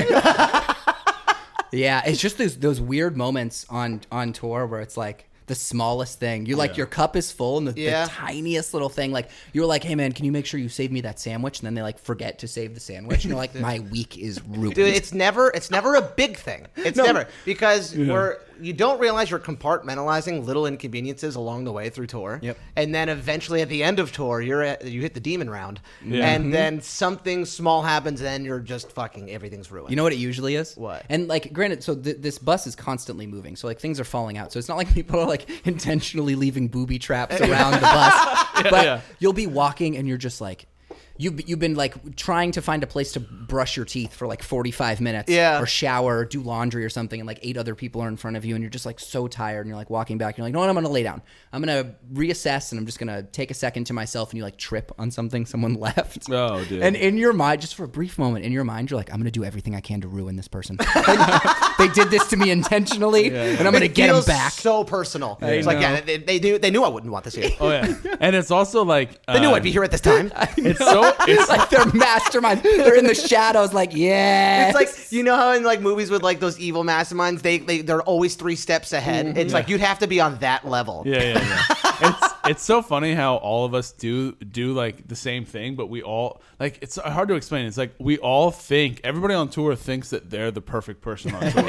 [SPEAKER 3] yeah, it's just those those weird moments on on tour where it's like the smallest thing. You're like
[SPEAKER 1] Yeah.
[SPEAKER 3] your cup is full and the, the
[SPEAKER 2] Yeah.
[SPEAKER 3] tiniest little thing. Like you were like, hey man, can you make sure you save me that sandwich? And then they like forget to save the sandwich. And
[SPEAKER 2] <laughs>
[SPEAKER 3] you're like, my week is ruined.
[SPEAKER 2] Dude, it's never it's never a big thing. It's never because we're you don't realize you're compartmentalizing little inconveniences along the way through tour.
[SPEAKER 3] Yep.
[SPEAKER 2] And then eventually at the end of tour, you're at, you hit the demon round,
[SPEAKER 1] Yeah.
[SPEAKER 2] and
[SPEAKER 3] Mm-hmm.
[SPEAKER 2] then something small happens, and then you're just fucking everything's ruined.
[SPEAKER 3] You know what it usually is?
[SPEAKER 2] What?
[SPEAKER 3] And like, granted, so th- this bus is constantly moving, so like things are falling out. So it's not like <laughs> people are like intentionally leaving booby traps around the bus. but
[SPEAKER 1] yeah.
[SPEAKER 3] you'll be walking and you're just like, you you've been like trying to find a place to brush your teeth for like 45 minutes,
[SPEAKER 2] Yeah.
[SPEAKER 3] or shower, or do laundry or something, and like eight other people are in front of you, and you're just like so tired, and you're like walking back, and you're like, no, what, I'm gonna lay down, I'm gonna reassess, and I'm just gonna take a second to myself, and you like trip on something someone <laughs> left.
[SPEAKER 1] Oh, dude.
[SPEAKER 3] And in your mind, just for a brief moment, in your mind, you're like, I'm going to do everything I can to ruin this person. Like, they <laughs> did this to me intentionally, and I'm going to
[SPEAKER 2] It
[SPEAKER 3] get them
[SPEAKER 2] feels
[SPEAKER 3] back.
[SPEAKER 2] So personal. it's like
[SPEAKER 1] know.
[SPEAKER 2] yeah, they, they knew they knew I wouldn't want
[SPEAKER 3] <laughs>
[SPEAKER 2] this here.
[SPEAKER 1] oh, yeah. And it's also like.
[SPEAKER 2] They knew
[SPEAKER 1] um,
[SPEAKER 2] I'd be here at this time.
[SPEAKER 1] It's
[SPEAKER 2] <laughs>
[SPEAKER 1] so. It's,
[SPEAKER 3] it's like they're mastermind. They're in the shadows, like, yeah.
[SPEAKER 2] It's like you know how in like movies with like those evil masterminds, they, they they're always three steps ahead.
[SPEAKER 3] Mm-hmm.
[SPEAKER 2] It's like you'd have to be on that level.
[SPEAKER 1] Yeah, yeah,
[SPEAKER 2] <laughs>
[SPEAKER 1] yeah. it's it's so funny how all of us do do like the same thing, but we all like it's hard to explain. It's like we all think everybody on tour thinks that they're the perfect person
[SPEAKER 2] <laughs>
[SPEAKER 1] on tour,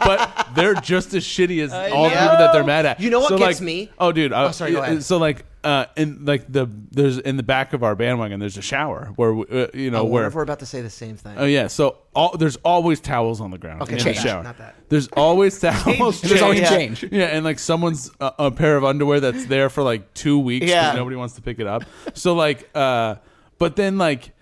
[SPEAKER 1] but they're just as shitty as all the
[SPEAKER 2] know.
[SPEAKER 1] people that they're mad at.
[SPEAKER 2] You know what
[SPEAKER 1] So,
[SPEAKER 2] gets
[SPEAKER 1] like-
[SPEAKER 2] me?
[SPEAKER 1] Oh, dude. I,
[SPEAKER 2] Oh, sorry, go ahead.
[SPEAKER 1] So like. Uh, in like the there's in the back of our bandwagon there's a shower where we, uh, you know
[SPEAKER 2] I wonder
[SPEAKER 1] where
[SPEAKER 2] if we're about to say the same thing.
[SPEAKER 1] oh yeah so all there's always towels on the ground
[SPEAKER 2] Okay,
[SPEAKER 1] in the
[SPEAKER 2] change.
[SPEAKER 1] shower
[SPEAKER 2] Not that.
[SPEAKER 1] there's always towels
[SPEAKER 2] <laughs> Change. There's
[SPEAKER 3] always
[SPEAKER 1] Yeah.
[SPEAKER 3] change.
[SPEAKER 1] Yeah, and like someone's uh, a pair of underwear that's there for like two weeks because
[SPEAKER 2] Yeah.
[SPEAKER 1] nobody wants to pick it up. So like, uh, but then like.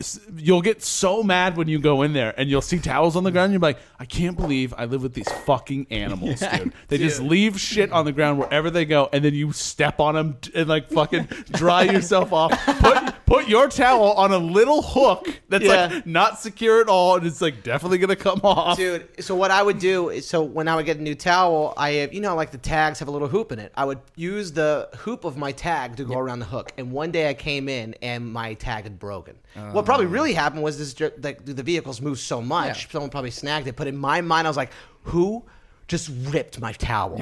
[SPEAKER 1] s- You'll get so mad when you go in there and you'll see towels on the ground. And you're like, I can't believe I live with these fucking animals, dude. They just leave shit on the ground wherever they go, and then you step on them and like fucking dry yourself off. Put put your towel on a little hook that's
[SPEAKER 2] Yeah.
[SPEAKER 1] like not secure at all, and it's like definitely gonna come off.
[SPEAKER 2] Dude, so what I would do is so when I would get a new towel, I have you know like the tags have a little hoop in it. I would use the hoop of my tag to go around the hook. And one day I came in and my tag had broken.
[SPEAKER 3] Oh.
[SPEAKER 2] What probably really happened was this dr- like the vehicles moved so much,
[SPEAKER 3] Yeah.
[SPEAKER 2] someone probably snagged it. But in my mind, I was like, who? Just ripped my towel.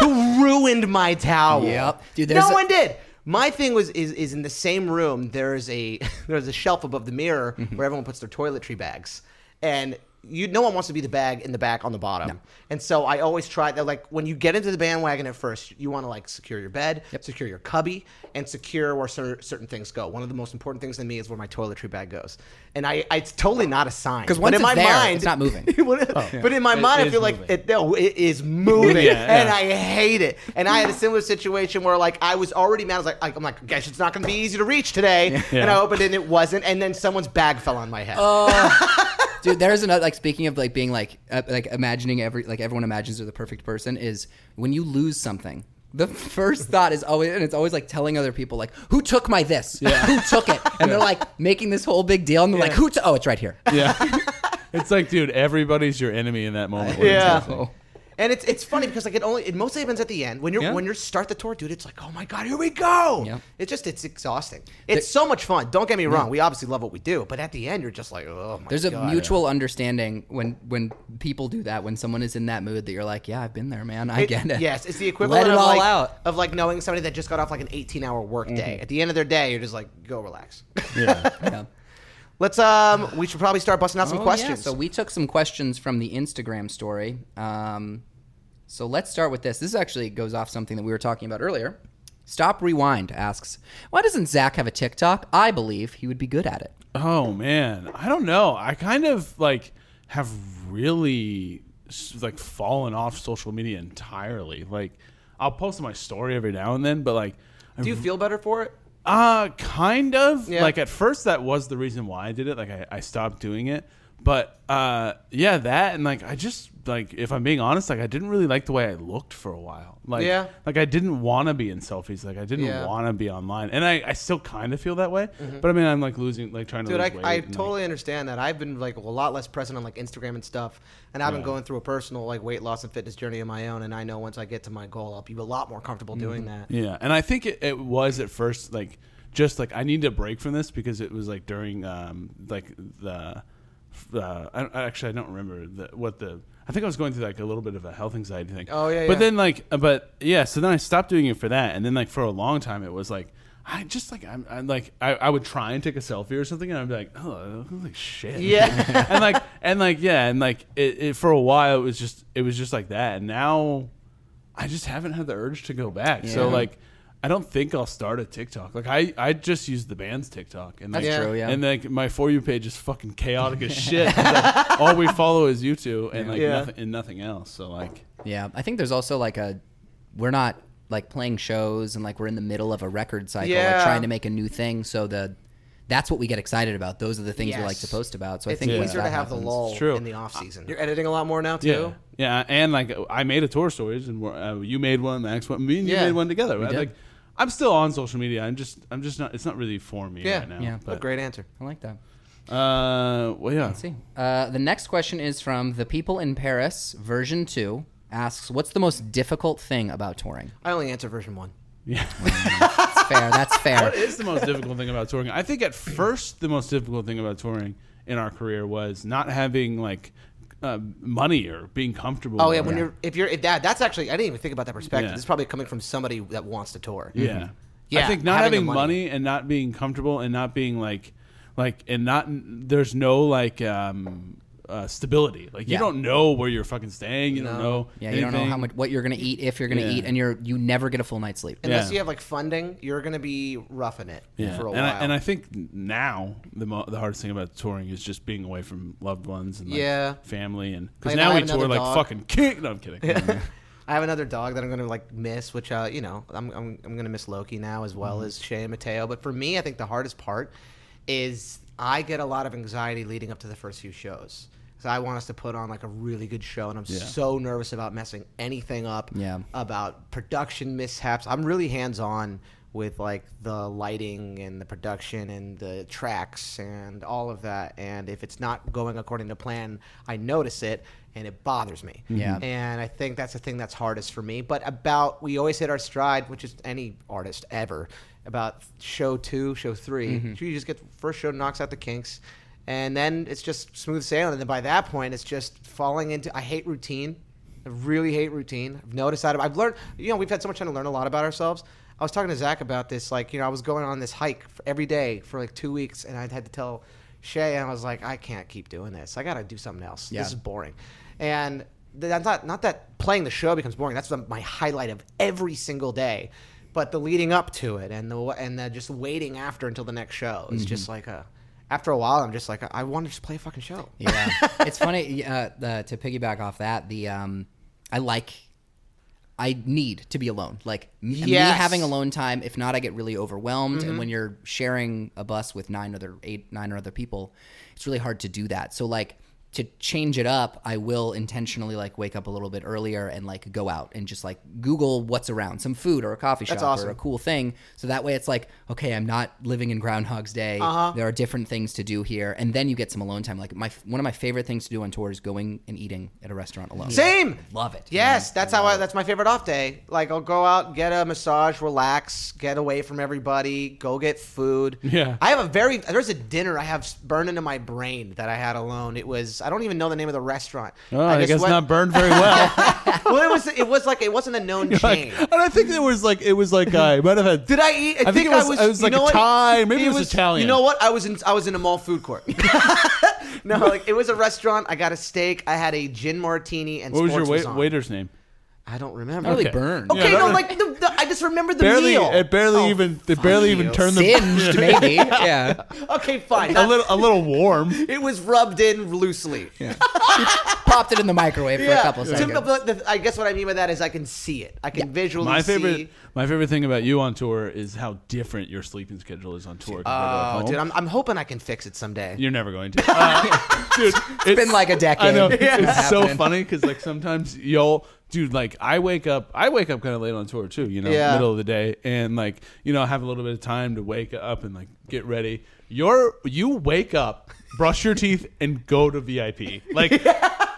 [SPEAKER 2] Who ruined my towel?
[SPEAKER 3] Yep. Dude,
[SPEAKER 2] no
[SPEAKER 3] there's a-
[SPEAKER 2] one did. My thing was is, is in the same room. There's a <laughs> there's a shelf above the mirror
[SPEAKER 3] Mm-hmm.
[SPEAKER 2] where everyone puts their toiletry bags, and you no one wants to be the bag in the back on the bottom. And so I always try that like when you get into the bandwagon at first, you want to like secure your bed, secure your cubby, and secure where cer- certain things go. One of the most important things to me is where my toiletry bag goes, and I, I it's totally not a sign
[SPEAKER 3] 'Cause
[SPEAKER 2] But
[SPEAKER 3] once
[SPEAKER 2] in
[SPEAKER 3] it's
[SPEAKER 2] my
[SPEAKER 3] there,
[SPEAKER 2] mind
[SPEAKER 3] it's not moving.
[SPEAKER 2] <laughs> But- But in my
[SPEAKER 1] Oh. It
[SPEAKER 2] mind, I
[SPEAKER 1] is
[SPEAKER 2] feel like
[SPEAKER 1] moving.
[SPEAKER 2] it, no, it is moving,
[SPEAKER 1] <laughs> Yeah,
[SPEAKER 2] and
[SPEAKER 1] yeah.
[SPEAKER 2] I I hate it. And I had a similar situation where like I was already mad. I was like, like I'm like, guess it's not going to be easy to reach today. And I opened it, and it wasn't. And then someone's bag fell on my head.
[SPEAKER 3] Oh.
[SPEAKER 2] oh.
[SPEAKER 3] <laughs> Dude, there's another like speaking of like being like uh, like imagining every like everyone imagines they're the perfect person is when you lose something. The first thought is always and it's always like telling other people like who took my this? Who took it? And they're like making this whole big deal and they're like who t- Oh, it's right here.
[SPEAKER 1] Yeah. <laughs> it's like, dude, everybody's your enemy in that moment. when it's
[SPEAKER 2] yeah.
[SPEAKER 1] happening.
[SPEAKER 3] Oh.
[SPEAKER 2] And it's it's funny because like it only it mostly happens at the end when you're
[SPEAKER 1] Yeah.
[SPEAKER 2] when you start the tour, dude. It's like oh my god, here we go.
[SPEAKER 3] Yep.
[SPEAKER 2] It's just it's exhausting. It's so much fun. Don't get me wrong. We obviously love what we do, but at the end, you're just like oh my
[SPEAKER 3] There's a
[SPEAKER 2] god.
[SPEAKER 3] mutual understanding when when people do that. When someone is in that mood, that you're like, "Yeah, I've been there, man. I
[SPEAKER 2] It-
[SPEAKER 3] get it."
[SPEAKER 2] Yes, it's the equivalent
[SPEAKER 3] Let it
[SPEAKER 2] of,
[SPEAKER 3] all
[SPEAKER 2] like, <laughs>
[SPEAKER 3] out. Mm-hmm.
[SPEAKER 2] of like knowing somebody that just got off like an 18 hour work day. At the end of their day, you're just like go relax. <laughs>
[SPEAKER 3] Yeah.
[SPEAKER 2] Let's um we should probably start busting out some
[SPEAKER 3] Oh, yeah.
[SPEAKER 2] questions.
[SPEAKER 3] So we took some questions from the Instagram story. Um, so let's start with this. This actually goes off something that we were talking about earlier. Stop Rewind asks, "Why doesn't Zach have a TikTok? I believe he would be good at it."
[SPEAKER 1] Oh man, I don't know. I kind of like have really s- like fallen off social media entirely. Like, I'll post my story every now and then, but like, I
[SPEAKER 2] Do you feel better for it?
[SPEAKER 1] Uh, kind of.
[SPEAKER 2] Yeah.
[SPEAKER 1] Like at first, that was the reason why I did it. Like I, I stopped doing it, But uh, yeah, that and like I just like if I'm being honest, like I didn't really like the way I looked for a while. Like
[SPEAKER 2] Yeah.
[SPEAKER 1] like I didn't want to be in selfies. Like I didn't
[SPEAKER 2] Yeah. Mm-hmm.
[SPEAKER 1] want to be online, and I, I still kind of feel that way. But I mean, I'm like losing like trying to
[SPEAKER 2] Dude,
[SPEAKER 1] lose
[SPEAKER 2] I,
[SPEAKER 1] weight.
[SPEAKER 2] I
[SPEAKER 1] and, like-
[SPEAKER 2] totally understand that. I've been like a lot less present on like Instagram and stuff, and I've been going through a personal like weight loss and fitness journey of my own. And I know once I get to my goal, I'll be a lot more comfortable doing that.
[SPEAKER 1] Yeah, and I think it, it was at first like just like I need a break from this because it was like during um like the uh, I, don't- I actually I don't remember the, what the I think I was going through like a little bit of a health anxiety thing.
[SPEAKER 2] Oh, yeah,
[SPEAKER 1] But
[SPEAKER 2] yeah.
[SPEAKER 1] then like uh, but yeah, so then I stopped doing it for that, and then like for a long time it was like. I just like I'm, I'm like I, I would try and take a selfie or something and I'd be like oh holy shit <laughs>
[SPEAKER 2] Yeah.
[SPEAKER 1] and like and like yeah and like it, it for a while it was just it was just like that and now I just haven't had the urge to go back. So
[SPEAKER 3] Yeah.
[SPEAKER 1] like, I don't think I'll start a TikTok. Like I, I just use the band's TikTok, and like,
[SPEAKER 3] That's
[SPEAKER 2] Yeah.
[SPEAKER 3] true, yeah.
[SPEAKER 1] and like my for you page is fucking chaotic
[SPEAKER 3] <laughs>
[SPEAKER 1] as shit. It's like, all we follow is you two, and like
[SPEAKER 2] Yeah.
[SPEAKER 1] nothing and nothing else. So like,
[SPEAKER 3] Yeah, I think there's also like a we're not like playing shows and like we're in the middle of a record cycle,
[SPEAKER 2] Yeah.
[SPEAKER 3] like trying to make a new thing. So the that's what we get excited about. Those are the things we like to
[SPEAKER 2] Yes.
[SPEAKER 3] post about. So
[SPEAKER 2] It's
[SPEAKER 3] I think once
[SPEAKER 2] easier to
[SPEAKER 3] that
[SPEAKER 2] have the
[SPEAKER 3] happens-
[SPEAKER 2] lull
[SPEAKER 1] It's true.
[SPEAKER 2] in the off season. You're editing a lot more now too.
[SPEAKER 1] yeah, yeah, and like I made a tour stories, and we're- uh, you made one, Max one, me and you
[SPEAKER 2] Yeah.
[SPEAKER 1] made one together. Right?
[SPEAKER 3] did.
[SPEAKER 1] Like, I'm still on social media. I'm just, I'm just not. It's not really for me
[SPEAKER 2] Yeah.
[SPEAKER 1] right now.
[SPEAKER 3] Yeah.
[SPEAKER 1] But,
[SPEAKER 2] Great answer.
[SPEAKER 3] I like that.
[SPEAKER 1] Uh, well, yeah.
[SPEAKER 3] Let's see. Uh, the next question is from the people in Paris, version two. Asks, what's the most difficult thing about touring?
[SPEAKER 2] I only answer version one.
[SPEAKER 1] Yeah.
[SPEAKER 3] That's
[SPEAKER 2] <laughs>
[SPEAKER 3] fair. That's fair.
[SPEAKER 1] What is the most difficult thing about touring? I think at first the most difficult thing about touring in our career was not having like uh, money or being comfortable.
[SPEAKER 2] Oh yeah,
[SPEAKER 1] or-
[SPEAKER 2] when you're if you're if that that's actually I didn't even think about that perspective.
[SPEAKER 1] Yeah.
[SPEAKER 2] This is probably coming from somebody that wants to tour.
[SPEAKER 1] yeah, I
[SPEAKER 2] Yeah,
[SPEAKER 1] think not
[SPEAKER 2] having the
[SPEAKER 1] having, money.
[SPEAKER 2] money.
[SPEAKER 1] and not being comfortable and not being like like and not there's no like um, uh, stability. Like you
[SPEAKER 3] Yeah.
[SPEAKER 1] don't know where you're fucking staying. You don't
[SPEAKER 2] No.
[SPEAKER 1] know.
[SPEAKER 3] Yeah, you don't know how
[SPEAKER 1] anything.
[SPEAKER 3] much what you're gonna eat if you're gonna
[SPEAKER 1] Yeah.
[SPEAKER 3] eat, and you're you never get a full night's sleep.
[SPEAKER 2] Unless
[SPEAKER 1] Yeah.
[SPEAKER 2] you have like funding, you're gonna be roughing it
[SPEAKER 1] Yeah.
[SPEAKER 2] for a
[SPEAKER 1] and
[SPEAKER 2] while.
[SPEAKER 1] I, and I think now the mo- the hardest thing about touring is just being away from loved ones and like,
[SPEAKER 2] Yeah.
[SPEAKER 1] family and because
[SPEAKER 2] Like,
[SPEAKER 1] now
[SPEAKER 2] I
[SPEAKER 1] we
[SPEAKER 2] have
[SPEAKER 1] tour
[SPEAKER 2] another
[SPEAKER 1] like
[SPEAKER 2] dog.
[SPEAKER 1] fucking kick. No, I'm
[SPEAKER 2] <laughs>
[SPEAKER 1] kidding.
[SPEAKER 3] <laughs>
[SPEAKER 2] I have another dog that I'm gonna like miss, which uh, you know, I'm, I'm I'm gonna miss Loki now as well
[SPEAKER 3] Mm-hmm.
[SPEAKER 2] as Shay and Mateo. But for me, I think the hardest part is I get a lot of anxiety leading up to the first few shows. So I want us to put on like a really good show, and I'm so nervous about messing anything up.
[SPEAKER 3] Yeah.
[SPEAKER 2] About production mishaps. I'm really hands on with like the lighting and the production and the tracks and all of that. And if it's not going according to plan, I notice it and it bothers me.
[SPEAKER 3] Yeah.
[SPEAKER 2] And I think that's the thing that's hardest for me. But about we always hit our stride, which is any artist ever. About show two, show 3
[SPEAKER 3] Mm-hmm.
[SPEAKER 2] you just get first show knocks out the kinks, and then it's just smooth sailing. And then by that point, it's just falling into. I hate routine. I really hate routine. I've noticed that. I've learned. You know, we've had so much time to learn a lot about ourselves. I was talking to Zach about this. Like, you know, I was going on this hike for every day for like two weeks, and I had to tell Shay, and I was like, I can't keep doing this. I got to do something else.
[SPEAKER 3] Yeah.
[SPEAKER 2] This is boring. And th- that's not not that playing the show becomes boring. That's the, my highlight of every single day. But the leading up to it and the wa- and the just waiting after until the next show is
[SPEAKER 1] Mm-hmm.
[SPEAKER 2] just like a. After a while, I'm just like, I- I want to just play a fucking show.
[SPEAKER 3] Yeah, it's funny uh, the, to piggyback off that. The um, I like, I need to be alone. Like m- me
[SPEAKER 2] Yes. Mm-hmm.
[SPEAKER 3] having alone time. If not, I get really overwhelmed. And when you're sharing a bus with nine other eight nine or other people, it's really hard to do that. So like to change it up, I will intentionally like wake up a little bit earlier and like go out and just like Google what's around, some food or a coffee shop
[SPEAKER 2] awesome.
[SPEAKER 3] or a cool thing. So that way it's like, okay, I'm not living in Groundhog's Day. There are different things to do here, and then you get some alone time. Like my one of my favorite things to do on tour is going and eating at a restaurant alone.
[SPEAKER 2] Same.
[SPEAKER 3] love it.
[SPEAKER 2] Yes, that's how I. That's my favorite off day. Like I'll go out, get a massage, relax, get away from everybody, go get food.
[SPEAKER 1] Yeah.
[SPEAKER 2] I have a very. There's a dinner I have burned into my brain that I had alone. It was. I don't even know the name of the restaurant.
[SPEAKER 1] Oh, I,
[SPEAKER 2] just
[SPEAKER 1] guess
[SPEAKER 2] went-
[SPEAKER 1] not burned very
[SPEAKER 2] <laughs>
[SPEAKER 1] well.
[SPEAKER 2] well, it was. It was like it wasn't a known chain.
[SPEAKER 1] like, and I think it was like it was like I might have had.
[SPEAKER 2] Did I eat? I,
[SPEAKER 1] think it was- it was
[SPEAKER 2] you
[SPEAKER 1] like
[SPEAKER 2] know
[SPEAKER 1] a
[SPEAKER 2] what?
[SPEAKER 1] Thai, maybe it was Italian.
[SPEAKER 2] You know what? I was in. I was in a mall food court. <laughs> no, like it was a restaurant. I got a steak. I had a gin martini and
[SPEAKER 1] What was
[SPEAKER 2] sports
[SPEAKER 1] your wait,
[SPEAKER 2] on.
[SPEAKER 1] waiter's name?
[SPEAKER 2] I don't remember.
[SPEAKER 3] really
[SPEAKER 1] Okay.
[SPEAKER 3] burn.
[SPEAKER 1] Yeah,
[SPEAKER 2] Okay,
[SPEAKER 1] that
[SPEAKER 2] no,
[SPEAKER 1] was-
[SPEAKER 2] like the, the I just remember the
[SPEAKER 1] barely,
[SPEAKER 2] meal.
[SPEAKER 1] it barely
[SPEAKER 2] Oh,
[SPEAKER 1] even, they barely even
[SPEAKER 2] you.
[SPEAKER 1] turned the
[SPEAKER 3] Singed, maybe. Yeah.
[SPEAKER 2] okay,
[SPEAKER 1] <laughs>
[SPEAKER 2] fine.
[SPEAKER 1] a little, a little warm.
[SPEAKER 2] <laughs> it was rubbed in loosely. Yeah,
[SPEAKER 3] Popped it in the microwave for a couple of
[SPEAKER 2] To-
[SPEAKER 3] seconds.
[SPEAKER 2] but the- I guess what I mean by that is I can see it. I can visually
[SPEAKER 1] My
[SPEAKER 2] see.
[SPEAKER 1] favorite, my favorite thing about you on tour is how different your sleeping schedule is on tour. compared to at
[SPEAKER 2] Oh,
[SPEAKER 1] uh, home.
[SPEAKER 2] dude, I'm, I'm hoping I can fix it someday.
[SPEAKER 1] You're never
[SPEAKER 2] <laughs>
[SPEAKER 1] going to. Uh, dude, it's
[SPEAKER 3] been like a decade.
[SPEAKER 1] I know.
[SPEAKER 3] It's
[SPEAKER 1] It's,
[SPEAKER 3] not
[SPEAKER 1] so
[SPEAKER 3] happening.
[SPEAKER 1] funny because like sometimes y'all, dude, like I wake up, I wake up kind of late on tour too. You know,
[SPEAKER 2] Yeah.
[SPEAKER 1] middle of the day, and like you know, I have a little bit of time to wake up and like get ready. You're you wake up, brush your teeth, and go to VIP. Like.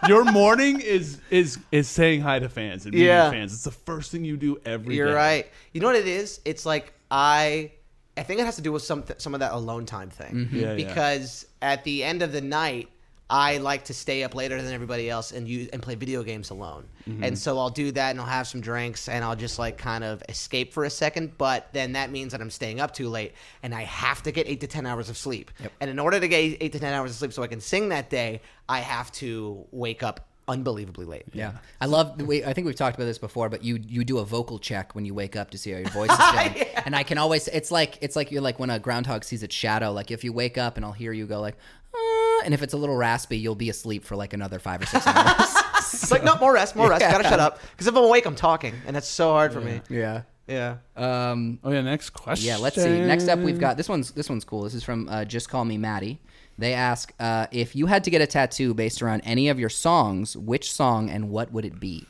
[SPEAKER 1] Your morning is is is saying hi to fans and meeting
[SPEAKER 2] Yeah.
[SPEAKER 1] fans. It's the first thing you do every
[SPEAKER 2] You're
[SPEAKER 1] day.
[SPEAKER 2] right. You know what it is? It's like I I think it has to do with some some of that alone time thing.
[SPEAKER 1] Yeah, yeah.
[SPEAKER 2] because at the end of the night I like to stay up later than everybody else and you and play video games alone.
[SPEAKER 1] Mm-hmm.
[SPEAKER 2] And so I'll do that and I'll have some drinks and I'll just like kind of escape for a second, but then that means that I'm staying up too late and I have to get 8 to 10 hours of sleep. And in order to get 8 to 10 hours of sleep so I can sing that day, I have to wake up unbelievably late.
[SPEAKER 3] Yeah, I love. the way I think we've talked about this before, but you you do a vocal check when you wake up to see how your <laughs> voice is doing, and I can always. It's like it's like you're like when a groundhog sees its shadow. Like if you wake up and I'll hear you go like, "Ah," and if it's a little raspy, you'll be asleep for like another five or <laughs> six hours.
[SPEAKER 2] It's like, no, more rest, more rest. Gotta shut up. Because if I'm awake, I'm talking, and that's so hard for me.
[SPEAKER 3] yeah.
[SPEAKER 2] Yeah. Uh,
[SPEAKER 3] Um.
[SPEAKER 1] Oh yeah. Next question.
[SPEAKER 3] Yeah, let's see. Next up, we've got this one's this one's cool. This is from uh, Just Call Me Maddie. They ask uh, if you had to get a tattoo based around any of your songs, which song and what would it be?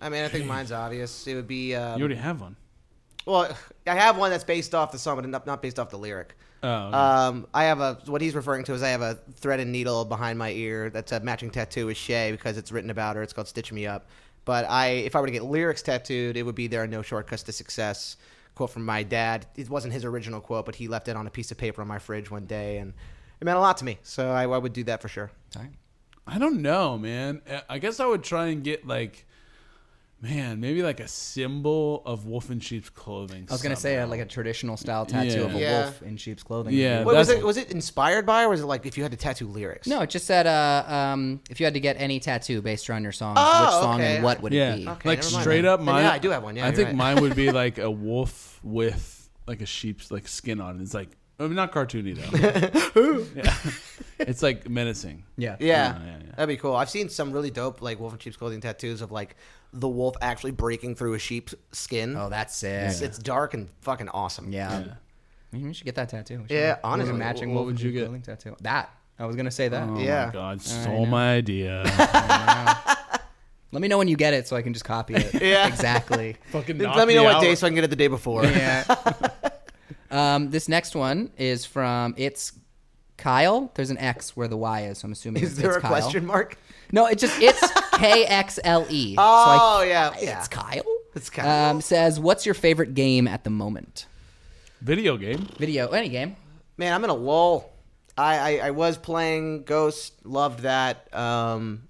[SPEAKER 2] I mean, I think mine's obvious. It would be. Um,
[SPEAKER 1] You already have one.
[SPEAKER 2] well, I have one that's based off the song, but not not based off the lyric.
[SPEAKER 1] Oh, okay.
[SPEAKER 2] Um, I have a what he's referring to is I have a thread and needle behind my ear that's a matching tattoo with Shay because it's written about her. It's called Stitch Me Up. But I, if I were to get lyrics tattooed, it would be there are no shortcuts to success. Quote from my dad. It wasn't his original quote, but he left it on a piece of paper on my fridge one day, and it meant a lot to me. So I, I would do that for sure.
[SPEAKER 3] Sorry.
[SPEAKER 1] I don't know, man. Uh, I guess I would try and get like, man, maybe like a symbol of wolf in sheep's clothing.
[SPEAKER 3] I was gonna say uh, like a traditional style tattoo
[SPEAKER 1] Yeah.
[SPEAKER 3] of a
[SPEAKER 2] Yeah.
[SPEAKER 3] wolf in sheep's clothing.
[SPEAKER 1] Yeah.
[SPEAKER 2] Wait, was
[SPEAKER 1] That's-
[SPEAKER 2] it was it inspired by, or was it like if you had to tattoo lyrics?
[SPEAKER 3] No, it just said uh, um, if you had to get any tattoo based around your songs,
[SPEAKER 2] Oh,
[SPEAKER 3] which song
[SPEAKER 2] okay.
[SPEAKER 3] and what would
[SPEAKER 1] yeah,
[SPEAKER 3] it be?
[SPEAKER 2] Okay,
[SPEAKER 1] like
[SPEAKER 2] never mind
[SPEAKER 1] straight
[SPEAKER 2] then.
[SPEAKER 1] up
[SPEAKER 2] Then,
[SPEAKER 1] mine.
[SPEAKER 2] yeah, I do have one. Yeah,
[SPEAKER 1] I
[SPEAKER 2] you're
[SPEAKER 1] think
[SPEAKER 2] right.
[SPEAKER 1] mine would
[SPEAKER 2] <laughs>
[SPEAKER 1] be like a wolf with like a sheep's like skin on. it. It's like I mean, not cartoony though.
[SPEAKER 2] <laughs>
[SPEAKER 1] Yeah. It's like menacing.
[SPEAKER 3] Yeah.
[SPEAKER 2] Yeah,
[SPEAKER 1] Yeah, yeah, yeah.
[SPEAKER 2] that'd be cool. I've seen some really dope like wolf and sheep's clothing tattoos of like the wolf actually breaking through a sheep's skin.
[SPEAKER 3] Oh, that's sick.
[SPEAKER 2] it's, it's dark and fucking awesome.
[SPEAKER 3] Yeah. I mean, we should get that tattoo. We should
[SPEAKER 2] Yeah,
[SPEAKER 3] get
[SPEAKER 2] honestly.
[SPEAKER 3] a matching
[SPEAKER 1] What
[SPEAKER 3] wolf
[SPEAKER 1] would
[SPEAKER 3] in
[SPEAKER 1] you
[SPEAKER 3] sheep's
[SPEAKER 1] get?
[SPEAKER 3] clothing tattoo. That I was gonna say that.
[SPEAKER 1] Oh
[SPEAKER 2] Yeah.
[SPEAKER 1] my god, stole my
[SPEAKER 2] <laughs>
[SPEAKER 1] idea.
[SPEAKER 3] Let me know when you get it so I can just copy it.
[SPEAKER 2] <laughs> Yeah.
[SPEAKER 3] exactly.
[SPEAKER 1] Fucking
[SPEAKER 2] Then
[SPEAKER 1] knock
[SPEAKER 2] Let me know what
[SPEAKER 1] out.
[SPEAKER 2] day so I can get it the day before.
[SPEAKER 3] Yeah. um, this next one is from it's Kyle. There's an X where the Y is, so I'm
[SPEAKER 2] <laughs>
[SPEAKER 3] assuming.
[SPEAKER 2] Is
[SPEAKER 3] it's,
[SPEAKER 2] there
[SPEAKER 3] it's
[SPEAKER 2] a
[SPEAKER 3] Kyle.
[SPEAKER 2] question mark?
[SPEAKER 3] No, it just
[SPEAKER 2] <laughs>
[SPEAKER 3] it's K X L E.
[SPEAKER 2] Oh yeah, yeah.
[SPEAKER 3] it's Kyle.
[SPEAKER 2] It's Kyle.
[SPEAKER 3] Um, says, "What's your favorite game at the moment?
[SPEAKER 1] Video game.
[SPEAKER 3] Video, any game?
[SPEAKER 2] Man, I'm in a lull. I, I I was playing Ghost, loved that. Um,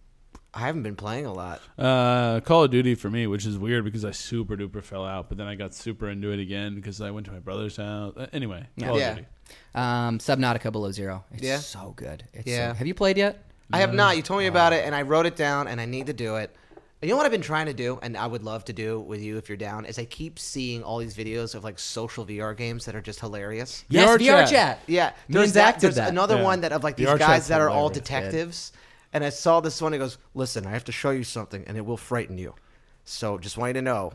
[SPEAKER 2] I haven't been playing a lot.
[SPEAKER 1] Uh, Call of Duty for me, which is weird because I super duper fell out, but then I got super into it again because I went to my brother's house. Uh, anyway, Call
[SPEAKER 2] Yeah.
[SPEAKER 1] of Duty.
[SPEAKER 3] Um, Subnautica Below Zero. It's
[SPEAKER 2] Yeah.
[SPEAKER 3] so good. It's
[SPEAKER 2] Yeah.
[SPEAKER 3] So, have you played yet?
[SPEAKER 2] I have not. You told me about it, and I wrote it down, and I need to do it. And you know what I've been trying to do, and I would love to do with you if you're down, is I keep seeing all these videos of like social VR games that are just hilarious.
[SPEAKER 1] Yeah.
[SPEAKER 3] yes,
[SPEAKER 1] VR
[SPEAKER 3] VR
[SPEAKER 1] chat.
[SPEAKER 3] chat.
[SPEAKER 2] Yeah,
[SPEAKER 3] Me
[SPEAKER 2] there's
[SPEAKER 3] and Zach
[SPEAKER 2] that.
[SPEAKER 3] did
[SPEAKER 2] There's
[SPEAKER 3] that.
[SPEAKER 2] another
[SPEAKER 1] Yeah.
[SPEAKER 2] one that of like these
[SPEAKER 1] VR
[SPEAKER 2] guys
[SPEAKER 1] chat's
[SPEAKER 2] that are all
[SPEAKER 1] hilarious,
[SPEAKER 3] man.
[SPEAKER 2] detectives, and I saw this one. It goes, "Listen, I have to show you something, and it will frighten you. So just want you to know,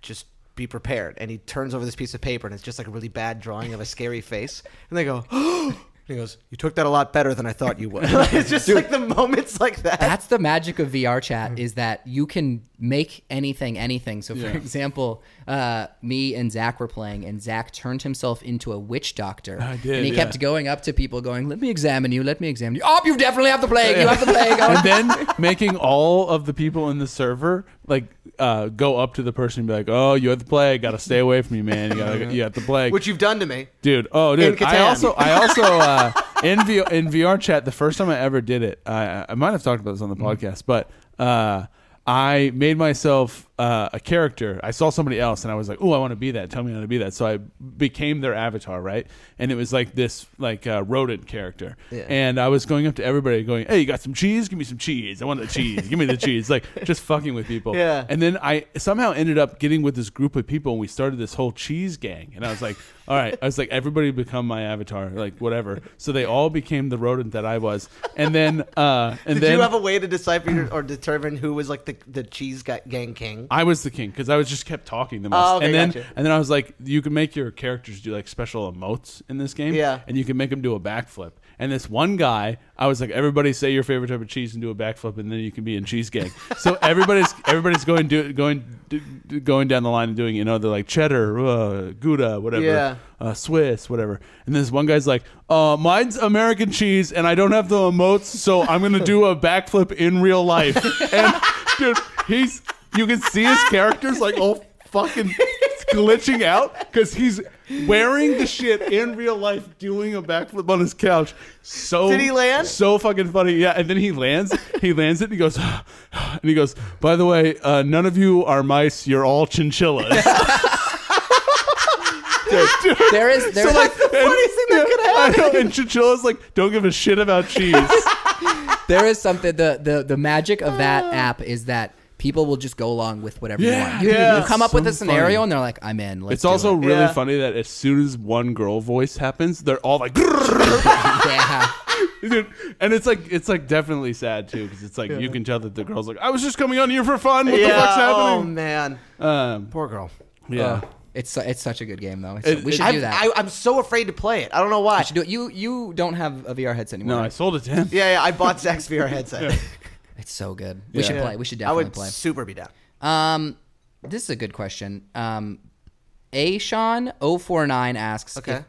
[SPEAKER 2] just be prepared." And he turns over this piece of paper, and it's just like a really bad drawing of a scary face, and they go. <gasps> and He goes, You took that a lot better than I thought you would. <laughs> it's just like the moments like that.
[SPEAKER 3] that's the magic of VR
[SPEAKER 1] Mm.
[SPEAKER 3] chat is that you can make anything anything. So, for
[SPEAKER 1] Yeah.
[SPEAKER 3] example, uh, me and Zach were playing, and Zach turned himself into a witch doctor.
[SPEAKER 1] I did,
[SPEAKER 3] and he
[SPEAKER 1] yeah.
[SPEAKER 3] kept going up to people, going, "Let me examine you. Let me examine you. Oh, you definitely have the plague. You have the plague." Oh,
[SPEAKER 1] and then making all of the people in the server like uh, go up to the person and be like, "Oh, you have the plague. Got to stay away from you, man. You, gotta, you have the plague,
[SPEAKER 2] Which you've done to me.
[SPEAKER 1] dude. Oh, dude.
[SPEAKER 2] In Catan.
[SPEAKER 1] I also, I also uh, in v- in VR chat. The first time I ever did it, I, I might have talked about this on the podcast, but uh, I made myself uh, uh, a character. I saw somebody else, and I was like, "Oh, I want to be that. Tell me how to be that." So I became their avatar, right? And it was like this, like uh, rodent character.
[SPEAKER 2] Yeah.
[SPEAKER 1] And I was going up to everybody, going, "Hey, you got some cheese? Give me some cheese. I want the cheese. Give me the cheese." Like just fucking with people.
[SPEAKER 2] <laughs> Yeah.
[SPEAKER 1] And then I somehow ended up getting with this group of people, and we started this whole cheese gang. And I was like, <laughs> "All right," I was like, "Everybody become my avatar, like whatever." So they all became the rodent that I was. And then, uh, and
[SPEAKER 2] Did
[SPEAKER 1] then
[SPEAKER 2] you have a way to decipher your- or determine who was like the the cheese guy, gang king?
[SPEAKER 1] I was the king because I was just kept talking the most.
[SPEAKER 2] Mm-hmm. Oh, okay,
[SPEAKER 1] and then
[SPEAKER 2] gotcha.
[SPEAKER 1] and then I was like, you can make your characters do like special emotes in this game.
[SPEAKER 2] Yeah.
[SPEAKER 1] And you can make them do a backflip. And this one guy, I was like, everybody say your favorite type of cheese and do a backflip, and then you can be in cheese gang.
[SPEAKER 2] <laughs>
[SPEAKER 1] so everybody's everybody's going do going do, do- going down the line and doing you know they're like cheddar, uh, gouda, whatever,
[SPEAKER 2] Yeah.
[SPEAKER 1] uh, Swiss, whatever. And this one guy's like, uh, mine's American cheese, and I don't have the emotes, so I'm gonna do a backflip in real
[SPEAKER 2] <laughs>
[SPEAKER 1] life. And dude, he's you can see his character's like all fucking glitching out because he's wearing the shit in real life, doing a backflip on his couch. So
[SPEAKER 2] Did he land?
[SPEAKER 1] So fucking funny, yeah. And then he lands, he lands it, and he goes, <sighs> and he goes. By the way, uh, none of you are mice. You're all
[SPEAKER 2] <laughs>
[SPEAKER 1] chinchillas. Dude, <laughs>
[SPEAKER 3] There is there's
[SPEAKER 2] <laughs>
[SPEAKER 3] <laughs>
[SPEAKER 1] and-
[SPEAKER 2] funniest thing that could've
[SPEAKER 1] I know, and Chinchilla's like, don't give a shit
[SPEAKER 2] <laughs>
[SPEAKER 1] about cheese.
[SPEAKER 3] there is something the the the magic of that app is that people will just go along with whatever
[SPEAKER 1] Yeah,
[SPEAKER 3] you want. You, you
[SPEAKER 1] yeah.
[SPEAKER 3] come up with a
[SPEAKER 1] So
[SPEAKER 3] scenario
[SPEAKER 1] funny.
[SPEAKER 3] and they're like, "I'm in." Let's
[SPEAKER 1] it's
[SPEAKER 3] do
[SPEAKER 1] also
[SPEAKER 3] it."
[SPEAKER 1] really
[SPEAKER 2] Yeah.
[SPEAKER 1] funny that as soon as one girl voice happens, they're all like, <laughs> "Grrr." <laughs>
[SPEAKER 3] yeah.
[SPEAKER 1] Dude, and it's like it's like definitely sad too because it's like you can tell that the girl's like, I was just coming on here for fun. What the fuck's
[SPEAKER 2] Oh
[SPEAKER 1] happening?
[SPEAKER 2] man,
[SPEAKER 1] um,
[SPEAKER 2] poor girl.
[SPEAKER 1] yeah,
[SPEAKER 3] Uh, it's su- it's such a good game though. It's-
[SPEAKER 1] It-
[SPEAKER 3] we
[SPEAKER 1] it-
[SPEAKER 3] should
[SPEAKER 2] I,
[SPEAKER 3] do that.
[SPEAKER 2] I, I'm so afraid to play it. I don't know why.
[SPEAKER 3] We should do it. You you don't have a VR headset anymore.
[SPEAKER 1] no, I
[SPEAKER 3] right?
[SPEAKER 1] sold it to him. <laughs>
[SPEAKER 2] Yeah, yeah. I bought Zach's VR
[SPEAKER 3] <laughs>
[SPEAKER 2] headset.
[SPEAKER 3] it's so good. We
[SPEAKER 1] Yeah.
[SPEAKER 3] should play. We should
[SPEAKER 2] I
[SPEAKER 3] definitely
[SPEAKER 2] would
[SPEAKER 3] play.
[SPEAKER 2] super be down.
[SPEAKER 3] Um, this is a good question. Um, a Sean 049 asks.
[SPEAKER 2] Okay.
[SPEAKER 3] if-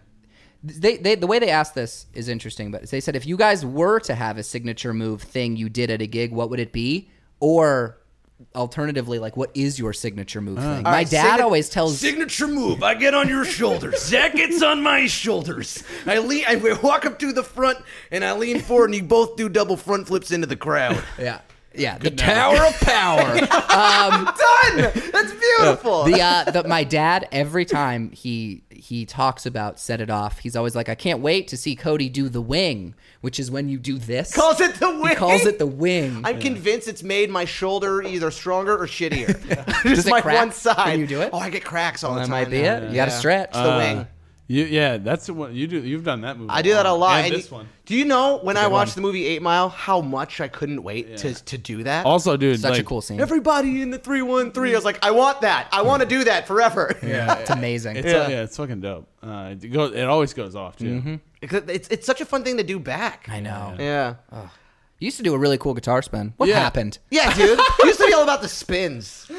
[SPEAKER 3] they, they the way they asked this is interesting, but they said if you guys were to have a signature move thing you did at a gig, what would it be? Or alternatively, like what is your signature move thing? My
[SPEAKER 2] right,
[SPEAKER 3] dad
[SPEAKER 2] signa-
[SPEAKER 3] always tells
[SPEAKER 4] Signature move. I get on your shoulders. Zach gets on my shoulders.
[SPEAKER 2] I lean. I walk up to the front and I lean forward, and you both do double front flips into the crowd.
[SPEAKER 3] Yeah. Yeah. The
[SPEAKER 1] now.
[SPEAKER 3] Tower of Power.
[SPEAKER 2] <laughs> Done. That's beautiful.
[SPEAKER 3] <laughs> the uh the, my dad every time he he talks about set it off he's always like i can't wait to see cody do the wing which is when you do this
[SPEAKER 2] calls it the wing.
[SPEAKER 3] he calls it the wing
[SPEAKER 2] I'm convinced it's made my shoulder either stronger or
[SPEAKER 3] <laughs>
[SPEAKER 2] shittier. Just
[SPEAKER 3] it
[SPEAKER 2] my
[SPEAKER 3] crack
[SPEAKER 2] one side.
[SPEAKER 3] when you do it?
[SPEAKER 2] Oh, I get cracks all the
[SPEAKER 3] that
[SPEAKER 2] time.
[SPEAKER 3] might be
[SPEAKER 2] now.
[SPEAKER 3] it you gotta stretch
[SPEAKER 2] It's the wing.
[SPEAKER 1] You, yeah, that's the one you do. You've done that movie.
[SPEAKER 2] I do that a lot.
[SPEAKER 1] And
[SPEAKER 2] And
[SPEAKER 1] this
[SPEAKER 2] you-
[SPEAKER 1] one.
[SPEAKER 2] Do you know when I watched the movie Eight Mile, how much I couldn't wait to, to do that?
[SPEAKER 1] Also, dude,
[SPEAKER 3] such a
[SPEAKER 1] like-
[SPEAKER 3] cool scene <laughs>
[SPEAKER 2] Everybody in the 313. I was like, I want that. I want to do that
[SPEAKER 1] <laughs>
[SPEAKER 2] forever. <laughs>
[SPEAKER 3] it's amazing
[SPEAKER 1] It's, uh,
[SPEAKER 2] Yeah. Mm-hmm.
[SPEAKER 1] yeah. it's fucking dope. Uh, it, go, it always goes off too.
[SPEAKER 2] Because It's, it's such a fun thing to do back.
[SPEAKER 3] i know Oh.
[SPEAKER 2] Yeah.
[SPEAKER 3] you used to do a really cool guitar spin what
[SPEAKER 1] Yeah.
[SPEAKER 3] happened
[SPEAKER 2] Yeah, dude. <laughs> it used to be all about the spins.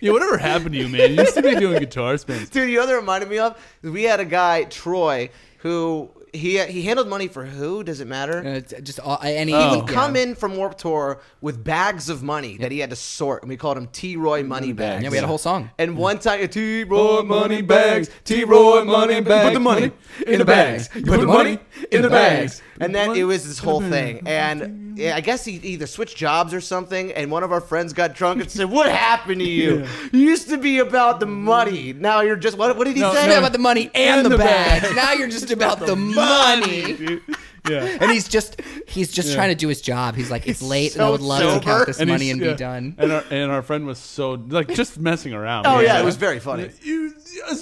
[SPEAKER 1] Yeah, whatever happened to you, man? You used to be doing guitar <laughs> spins.
[SPEAKER 2] Dude, you know what that reminded me of? We had a guy, Troy, who he he handled money for who? Does it matter?
[SPEAKER 3] Uh, it's just all, any
[SPEAKER 2] He
[SPEAKER 3] yeah.
[SPEAKER 2] would come in from Warp Tour with bags of money that he had to sort, and we called him T. Roy Money Bags.
[SPEAKER 3] yeah we had a whole song Mm.
[SPEAKER 2] And one time, T. Roy
[SPEAKER 1] Roy
[SPEAKER 2] Money Bags, T. Roy Money Bags.
[SPEAKER 1] Put the money in the bags. You put the money in the bags.
[SPEAKER 2] And then it was this whole thing. And yeah, I guess he either switched jobs or something. And one of our friends got drunk and said, "What
[SPEAKER 1] <laughs>
[SPEAKER 2] happened to you? You used to be about the money. Now you're just what? What did he
[SPEAKER 1] No,
[SPEAKER 2] say?
[SPEAKER 1] no.
[SPEAKER 3] about the money and,
[SPEAKER 1] And
[SPEAKER 3] the,
[SPEAKER 1] the
[SPEAKER 3] bags. <laughs> Now you're just about the money.
[SPEAKER 2] <laughs>
[SPEAKER 1] Yeah.
[SPEAKER 3] And he's just he's just trying to do his job. He's like, it's late, and I
[SPEAKER 2] so
[SPEAKER 3] would love to
[SPEAKER 2] sober.
[SPEAKER 3] count this
[SPEAKER 1] And
[SPEAKER 3] money
[SPEAKER 1] he's-
[SPEAKER 3] and
[SPEAKER 1] yeah.
[SPEAKER 3] be done.
[SPEAKER 1] And our, and our friend was so like just messing around.
[SPEAKER 2] Oh yeah, it was very funny.
[SPEAKER 1] You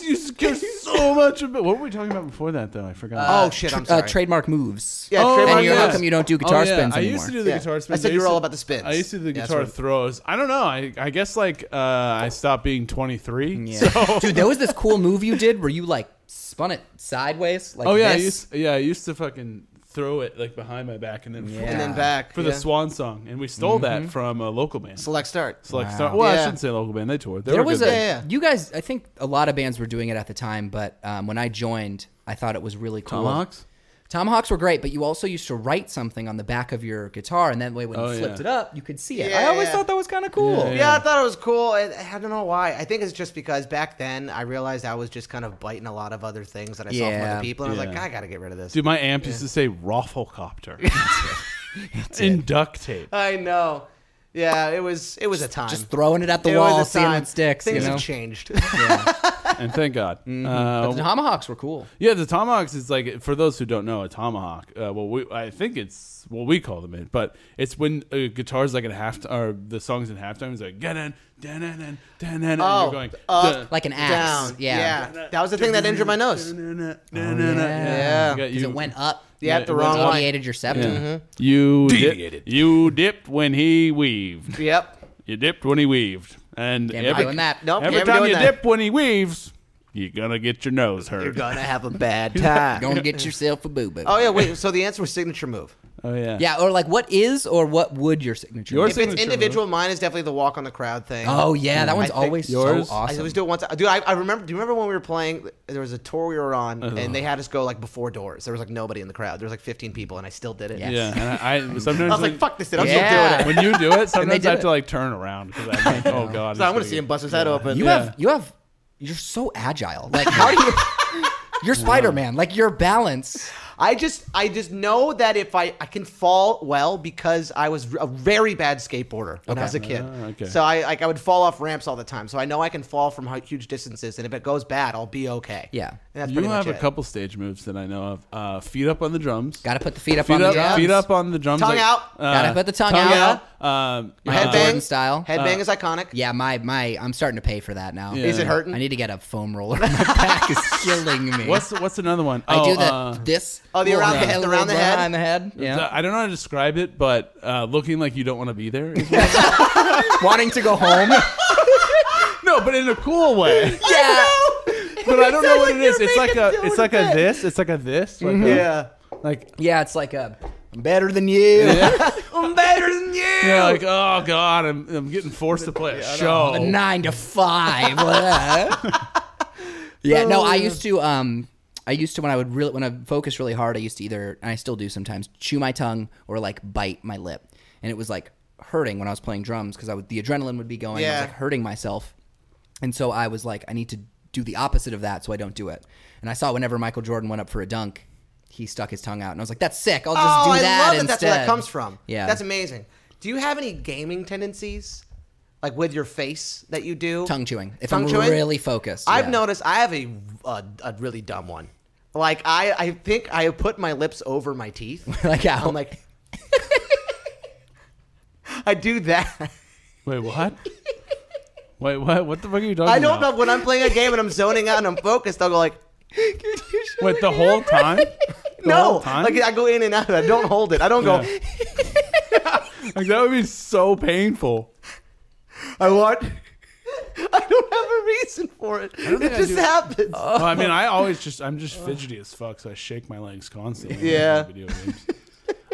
[SPEAKER 1] you care so much about what were we talking about before that though? I forgot.
[SPEAKER 2] Oh shit, I'm sorry.
[SPEAKER 3] Uh, trademark moves.
[SPEAKER 2] Yeah,
[SPEAKER 1] Oh,
[SPEAKER 2] trademark
[SPEAKER 3] and you're, how
[SPEAKER 2] moves.
[SPEAKER 3] come you don't do guitar
[SPEAKER 1] Oh, yeah.
[SPEAKER 3] spins
[SPEAKER 1] I
[SPEAKER 3] anymore?
[SPEAKER 1] used to do <laughs> the
[SPEAKER 2] Yeah.
[SPEAKER 1] guitar
[SPEAKER 2] I
[SPEAKER 1] spins.
[SPEAKER 2] said you
[SPEAKER 1] used
[SPEAKER 2] were all
[SPEAKER 1] to-
[SPEAKER 2] about the spins.
[SPEAKER 1] I used to do the
[SPEAKER 2] Yeah, that's
[SPEAKER 1] guitar
[SPEAKER 2] what-
[SPEAKER 1] throws. I don't know. I, I guess like uh, I stopped being 23.
[SPEAKER 3] Yeah. Dude, there was this cool move you did where you like spun it sideways. Like
[SPEAKER 1] Oh yeah, I
[SPEAKER 3] this.
[SPEAKER 1] used, yeah, I used to fucking throw it like behind my back and then
[SPEAKER 3] Yeah.
[SPEAKER 2] and then back
[SPEAKER 1] for
[SPEAKER 2] yeah.
[SPEAKER 1] the swan song, and we stole that from a local band.
[SPEAKER 2] select start.
[SPEAKER 1] Select
[SPEAKER 3] Wow.
[SPEAKER 1] Star. Well, I
[SPEAKER 2] Yeah.
[SPEAKER 1] shouldn't say local band. They toured. They
[SPEAKER 3] there
[SPEAKER 1] were
[SPEAKER 3] was a
[SPEAKER 1] good
[SPEAKER 2] Yeah, yeah.
[SPEAKER 3] you guys. I think a lot of bands were doing it at the time, but um, when I joined, I thought it was really cool.
[SPEAKER 1] Tomahawks?
[SPEAKER 3] Tomahawks were great, but you also used to write something on the back of your guitar, and that way when
[SPEAKER 1] Oh,
[SPEAKER 3] you flipped
[SPEAKER 1] yeah.
[SPEAKER 3] it up, you could see it. I
[SPEAKER 2] Yeah,
[SPEAKER 3] always
[SPEAKER 2] yeah.
[SPEAKER 3] thought that was kind of cool.
[SPEAKER 2] Yeah, I thought it was cool. I, I don't know why. I think it's just because back then I realized I was just kind of biting a lot of other things that I saw from
[SPEAKER 3] Yeah.
[SPEAKER 2] other people, and I was
[SPEAKER 1] Yeah.
[SPEAKER 2] like, I gotta get rid of this.
[SPEAKER 1] Dude, my
[SPEAKER 2] <laughs>
[SPEAKER 1] amp used to say Roffelcopter in duct tape.
[SPEAKER 2] I know. Yeah, it was it was a time.
[SPEAKER 3] Just throwing it at the
[SPEAKER 2] It was
[SPEAKER 3] wall,
[SPEAKER 2] a
[SPEAKER 3] seeing
[SPEAKER 2] time.
[SPEAKER 3] what sticks.
[SPEAKER 2] Things
[SPEAKER 3] you know?
[SPEAKER 2] have changed.
[SPEAKER 1] and thank
[SPEAKER 2] <laughs>
[SPEAKER 1] God.
[SPEAKER 2] Mm-hmm.
[SPEAKER 3] But
[SPEAKER 1] Uh,
[SPEAKER 2] Um,
[SPEAKER 3] the tomahawks were cool.
[SPEAKER 1] Yeah, the tomahawks is like for those who don't know, a tomahawk. Uh, well, we I think it's what we call them it, but it's when a guitar's like at half or the song's in halftime. It's like get in, dan dan dan dan.
[SPEAKER 2] Oh,
[SPEAKER 1] you're going
[SPEAKER 2] up,
[SPEAKER 1] "Duh,
[SPEAKER 3] Like an axe.
[SPEAKER 2] <laughs> Down. That was the thing that injured my nose.
[SPEAKER 1] dun, dun, dun, dun, dun."
[SPEAKER 3] yeah.
[SPEAKER 1] Oh, You got-
[SPEAKER 3] Because
[SPEAKER 1] you-
[SPEAKER 3] it went up.
[SPEAKER 2] Yeah,
[SPEAKER 1] it
[SPEAKER 2] the
[SPEAKER 1] went
[SPEAKER 2] wrong
[SPEAKER 1] up.
[SPEAKER 2] way.
[SPEAKER 3] Deviated your septum. Mm-hmm.
[SPEAKER 2] Mm-hmm.
[SPEAKER 1] You
[SPEAKER 4] Deviated.
[SPEAKER 1] dipped, you dipped when he weaved.
[SPEAKER 2] Yep.
[SPEAKER 1] You dipped when he weaved, and
[SPEAKER 3] Can't be
[SPEAKER 1] every,
[SPEAKER 3] doing that.
[SPEAKER 2] Nope.
[SPEAKER 1] every
[SPEAKER 2] can't be
[SPEAKER 1] time
[SPEAKER 2] doing
[SPEAKER 1] you
[SPEAKER 2] that.
[SPEAKER 1] dip when he weaves, you're gonna get your nose hurt.
[SPEAKER 2] You're
[SPEAKER 3] <laughs>
[SPEAKER 2] gonna have a bad time.
[SPEAKER 3] Gonna get yourself a boo boo.
[SPEAKER 2] oh yeah, wait. So the answer was signature move.
[SPEAKER 1] oh
[SPEAKER 3] Yeah, or like what is or what would your signature
[SPEAKER 1] Yours
[SPEAKER 3] be?
[SPEAKER 2] If it's
[SPEAKER 1] Signature move.
[SPEAKER 2] individual, mine is definitely the walk on the crowd thing.
[SPEAKER 3] Oh yeah, that one's
[SPEAKER 2] Mm. I think
[SPEAKER 3] always
[SPEAKER 1] yours-
[SPEAKER 3] so
[SPEAKER 2] I
[SPEAKER 3] awesome.
[SPEAKER 2] always do it once. Dude, I, I remember. Do you remember when we were playing? There was a tour we were on, and they had us go like before doors. There was like nobody in the crowd. There was like 15 people, and I still did it.
[SPEAKER 3] Yes.
[SPEAKER 1] Yeah,
[SPEAKER 2] <laughs>
[SPEAKER 1] and I, I sometimes
[SPEAKER 2] I was
[SPEAKER 1] when-
[SPEAKER 2] like, "Fuck this! Shit. I'm
[SPEAKER 3] Yeah.
[SPEAKER 2] still doing it."
[SPEAKER 1] when you
[SPEAKER 3] <laughs>
[SPEAKER 1] do it, sometimes
[SPEAKER 3] did
[SPEAKER 1] I have
[SPEAKER 3] it.
[SPEAKER 1] to like turn around because I'm like, oh god.
[SPEAKER 2] <laughs> So I'm gonna see him bust his head open.
[SPEAKER 3] you
[SPEAKER 1] Yeah.
[SPEAKER 3] have you have you're so agile. Like how do you? You're Spider Man. Like your balance.
[SPEAKER 2] I just, I just know that if I, I can fall well because I was a very bad skateboarder when I
[SPEAKER 3] Okay.
[SPEAKER 2] was a kid.
[SPEAKER 1] okay.
[SPEAKER 2] So I, like, I would fall off ramps all the time. So I know I can fall from hu- huge distances, and if it goes bad, I'll be okay.
[SPEAKER 3] Yeah.
[SPEAKER 2] And that's
[SPEAKER 1] You
[SPEAKER 2] pretty
[SPEAKER 1] have
[SPEAKER 2] much
[SPEAKER 1] a
[SPEAKER 2] it.
[SPEAKER 1] couple stage moves that I know of. Uh, feet up on the drums.
[SPEAKER 3] Got to put the feet up
[SPEAKER 1] feet
[SPEAKER 3] on
[SPEAKER 1] up,
[SPEAKER 3] the drums.
[SPEAKER 1] feet up on the drums.
[SPEAKER 2] Tongue
[SPEAKER 1] like, uh,
[SPEAKER 2] out.
[SPEAKER 3] Gotta put the tongue out.
[SPEAKER 1] Um,
[SPEAKER 2] Your
[SPEAKER 1] uh,
[SPEAKER 2] headbang
[SPEAKER 3] Jordan style.
[SPEAKER 2] Headbang is iconic.
[SPEAKER 3] Yeah, my my I'm starting to pay for that now.
[SPEAKER 1] Yeah.
[SPEAKER 2] Is it hurting?
[SPEAKER 3] I need to get a foam roller. <laughs> My back is killing
[SPEAKER 1] <laughs>
[SPEAKER 3] me.
[SPEAKER 1] What's what's another one?
[SPEAKER 3] I do
[SPEAKER 1] Oh,
[SPEAKER 3] that
[SPEAKER 1] uh,
[SPEAKER 3] this.
[SPEAKER 2] Oh, the
[SPEAKER 3] little
[SPEAKER 2] around the head-
[SPEAKER 3] little
[SPEAKER 2] around the head?
[SPEAKER 3] Behind the head.
[SPEAKER 1] the- <laughs>
[SPEAKER 3] Yeah.
[SPEAKER 1] I don't know how to describe it, but uh, looking like you don't want to be there. is-
[SPEAKER 3] Wanting to go home.
[SPEAKER 1] <laughs> no, but in a cool
[SPEAKER 2] <laughs>
[SPEAKER 1] way.
[SPEAKER 3] yeah.
[SPEAKER 1] But I don't know what
[SPEAKER 2] like
[SPEAKER 1] it is.
[SPEAKER 2] you're
[SPEAKER 1] It's like
[SPEAKER 2] making
[SPEAKER 1] a
[SPEAKER 2] dough
[SPEAKER 1] it's
[SPEAKER 2] in
[SPEAKER 1] like a
[SPEAKER 2] bed.
[SPEAKER 1] this. It's like a this. Like a-
[SPEAKER 2] Mm-hmm. Yeah.
[SPEAKER 1] Like
[SPEAKER 3] Yeah, it's like a I'm better than you.
[SPEAKER 2] <laughs>
[SPEAKER 3] I'm better than you.
[SPEAKER 1] yeah. Like oh god, I'm I'm getting forced to play a show.
[SPEAKER 3] A
[SPEAKER 2] Oh.
[SPEAKER 3] nine to five.
[SPEAKER 2] <laughs>
[SPEAKER 3] yeah, no,
[SPEAKER 2] Uh.
[SPEAKER 3] I used to um I used to when I would really when I focus really hard, I used to either and I still do sometimes chew my tongue or like bite my lip. And it was like hurting when I was playing drums because I would the adrenaline would be going, I
[SPEAKER 2] Yeah.
[SPEAKER 3] was like hurting myself. And so I was like, I need to do the opposite of that so I don't do it. And I saw whenever Michael Jordan went up for a dunk, he stuck his tongue out and I was like, That's sick, I'll just
[SPEAKER 2] oh,
[SPEAKER 3] do that
[SPEAKER 2] I love that.
[SPEAKER 3] instead.
[SPEAKER 2] That's where that comes from.
[SPEAKER 3] Yeah.
[SPEAKER 2] That's amazing. Do you have any gaming tendencies, like with your face that you do?
[SPEAKER 3] Tongue chewing. If
[SPEAKER 2] Tongue
[SPEAKER 3] I'm
[SPEAKER 2] chewing?
[SPEAKER 3] really focused.
[SPEAKER 2] I've
[SPEAKER 3] yeah.
[SPEAKER 2] noticed I have a, a a really dumb one. Like I, I think I put my lips over my teeth.
[SPEAKER 3] <laughs> like how
[SPEAKER 2] I'm like, I do that.
[SPEAKER 1] Wait, what? Wait, what? What the fuck are you talking about?
[SPEAKER 2] I don't know when I'm playing a game and I'm zoning out and I'm focused. I'll go like,
[SPEAKER 1] Wait, the whole time? The
[SPEAKER 2] no,
[SPEAKER 1] whole time?
[SPEAKER 2] like I go in and out. I don't hold it. I don't go.
[SPEAKER 1] Yeah. Like, that would be so painful.
[SPEAKER 2] I want. <laughs> I don't have a reason for it.
[SPEAKER 1] think
[SPEAKER 2] It
[SPEAKER 1] I
[SPEAKER 2] just
[SPEAKER 1] do-
[SPEAKER 2] happens.
[SPEAKER 3] Oh.
[SPEAKER 1] Well, I
[SPEAKER 3] <laughs>
[SPEAKER 1] mean, I always just I'm just fidgety as fuck, so I shake my legs constantly. when I play
[SPEAKER 2] Yeah.
[SPEAKER 1] Video games.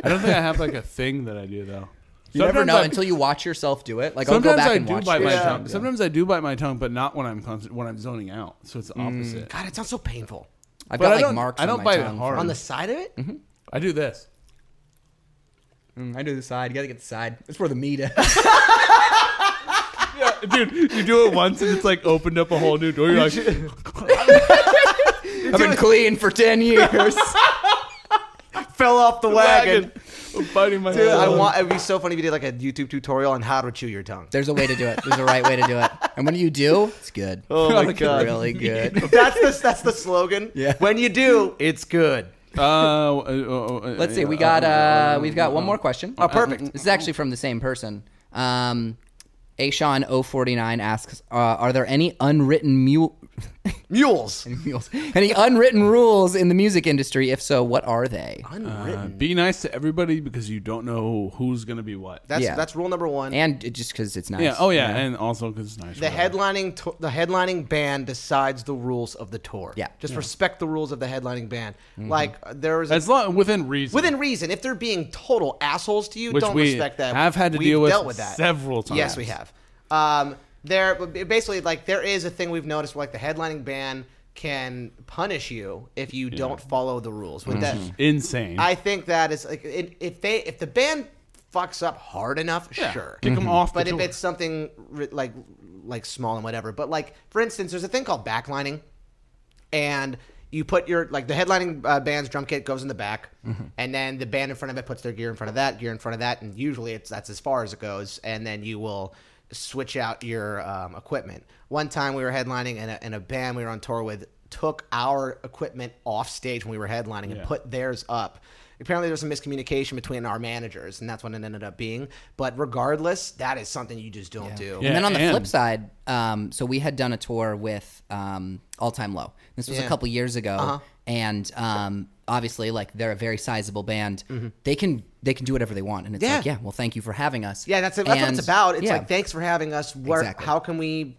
[SPEAKER 1] I don't think I have like a thing that I do though.
[SPEAKER 3] You never know
[SPEAKER 1] I,
[SPEAKER 3] until you watch yourself do it. Like I'll go
[SPEAKER 1] sometimes
[SPEAKER 3] back
[SPEAKER 1] I
[SPEAKER 3] and
[SPEAKER 1] do
[SPEAKER 3] watch.
[SPEAKER 1] bite my
[SPEAKER 3] videos.
[SPEAKER 2] Yeah.
[SPEAKER 1] tongue. Sometimes I do bite my tongue, but not when I'm constant, when I'm zoning out. So it's the
[SPEAKER 3] Mm.
[SPEAKER 1] opposite.
[SPEAKER 2] God, it sounds so painful.
[SPEAKER 3] I've
[SPEAKER 1] But I
[SPEAKER 3] got like
[SPEAKER 1] don't-
[SPEAKER 3] marks.
[SPEAKER 1] I don't
[SPEAKER 3] on my
[SPEAKER 1] bite it
[SPEAKER 3] tongue
[SPEAKER 1] hard.
[SPEAKER 2] On the side of
[SPEAKER 3] Mm-hmm.
[SPEAKER 2] it?
[SPEAKER 1] I do this.
[SPEAKER 3] from- Mm, I do the side. You gotta get the side. It's where the
[SPEAKER 1] <laughs>
[SPEAKER 3] meat is.
[SPEAKER 1] Dude, you do it once and it's like opened up a whole new door. You're
[SPEAKER 3] <laughs>
[SPEAKER 1] like,
[SPEAKER 3] I've been clean for <laughs> ten years.
[SPEAKER 2] Fell off the wagon.
[SPEAKER 1] I'm biting my
[SPEAKER 2] Dude, I
[SPEAKER 1] tongue.
[SPEAKER 2] want. It'd be so funny if you did like a YouTube tutorial on how to chew your
[SPEAKER 3] <laughs>
[SPEAKER 2] tongue.
[SPEAKER 3] There's a way to do it. There's a right way to do it. And when you do, it's good.
[SPEAKER 2] Oh my
[SPEAKER 3] It's
[SPEAKER 2] god,
[SPEAKER 3] really
[SPEAKER 1] <laughs>
[SPEAKER 3] good.
[SPEAKER 2] That's the that's the slogan.
[SPEAKER 3] Yeah.
[SPEAKER 2] When you do, it's good.
[SPEAKER 1] Uh, uh, uh,
[SPEAKER 3] Let's see. We got uh, we've got one more question. Um,
[SPEAKER 2] Oh, perfect.
[SPEAKER 3] This is actually from the same person. Um, Ashawn049 asks, uh, "Are there any unwritten mule,
[SPEAKER 2] Mules.
[SPEAKER 3] mules, any unwritten rules in the music industry? If so, what are they?"
[SPEAKER 2] Unwritten.
[SPEAKER 1] Uh, be nice to everybody because you don't know who's gonna be what.
[SPEAKER 2] that's
[SPEAKER 3] yeah.
[SPEAKER 2] that's rule number one.
[SPEAKER 3] And it- just because it's nice.
[SPEAKER 1] yeah. Oh yeah,
[SPEAKER 3] you know?
[SPEAKER 1] and also because it's nice.
[SPEAKER 2] the
[SPEAKER 1] whatever.
[SPEAKER 2] headlining to- the headlining band decides the rules of the tour.
[SPEAKER 3] Yeah. Mm-hmm.
[SPEAKER 2] Just respect the rules of the headlining band. Like uh, there is a-
[SPEAKER 1] As long within reason.
[SPEAKER 2] within reason. If they're being total assholes to you,
[SPEAKER 1] Which
[SPEAKER 2] don't
[SPEAKER 1] we
[SPEAKER 2] respect that.
[SPEAKER 1] have had to
[SPEAKER 2] We've
[SPEAKER 1] deal with
[SPEAKER 2] dealt with that
[SPEAKER 1] several times.
[SPEAKER 2] Yes, we have. Um, there basically like there is a thing we've noticed where like the headlining band can punish you if you don't follow the rules. With
[SPEAKER 1] Mm-hmm.
[SPEAKER 2] that,
[SPEAKER 1] Insane.
[SPEAKER 2] I think that is like it, if they if the band fucks up hard enough, sure,
[SPEAKER 1] Kick 'em off the
[SPEAKER 2] But if
[SPEAKER 1] tour.
[SPEAKER 2] it's something ri- like like small and whatever, but like for instance, there's a thing called backlining, and you put your like the headlining uh, band's drum kit goes in the back, and then the band in front of it puts their gear in front of that, gear in front of that, and usually it's that's as far as it goes. And then you will switch out your um, equipment. One time we were headlining, and a, and a band we were on tour with took our equipment off stage when we were headlining and
[SPEAKER 1] Yeah.
[SPEAKER 2] put theirs up. Apparently, there was some miscommunication between our managers, and that's what it ended up being. But regardless, that is something you just don't do.
[SPEAKER 1] Yeah,
[SPEAKER 3] and then on the flip
[SPEAKER 1] and-
[SPEAKER 3] side, um, so we had done a tour with um, All Time Low. This was
[SPEAKER 2] Yeah. Uh-huh.
[SPEAKER 3] a couple years ago, and um, obviously, like they're a very sizable band. They can they can do whatever they want, and it's like,
[SPEAKER 2] Mm-hmm. Yeah.
[SPEAKER 3] yeah, well, thank you for having us.
[SPEAKER 2] Yeah, that's, that's what
[SPEAKER 3] And-
[SPEAKER 2] it's about. It's
[SPEAKER 3] yeah.
[SPEAKER 2] like, thanks for having us. Where,
[SPEAKER 3] Exactly.
[SPEAKER 2] How can we,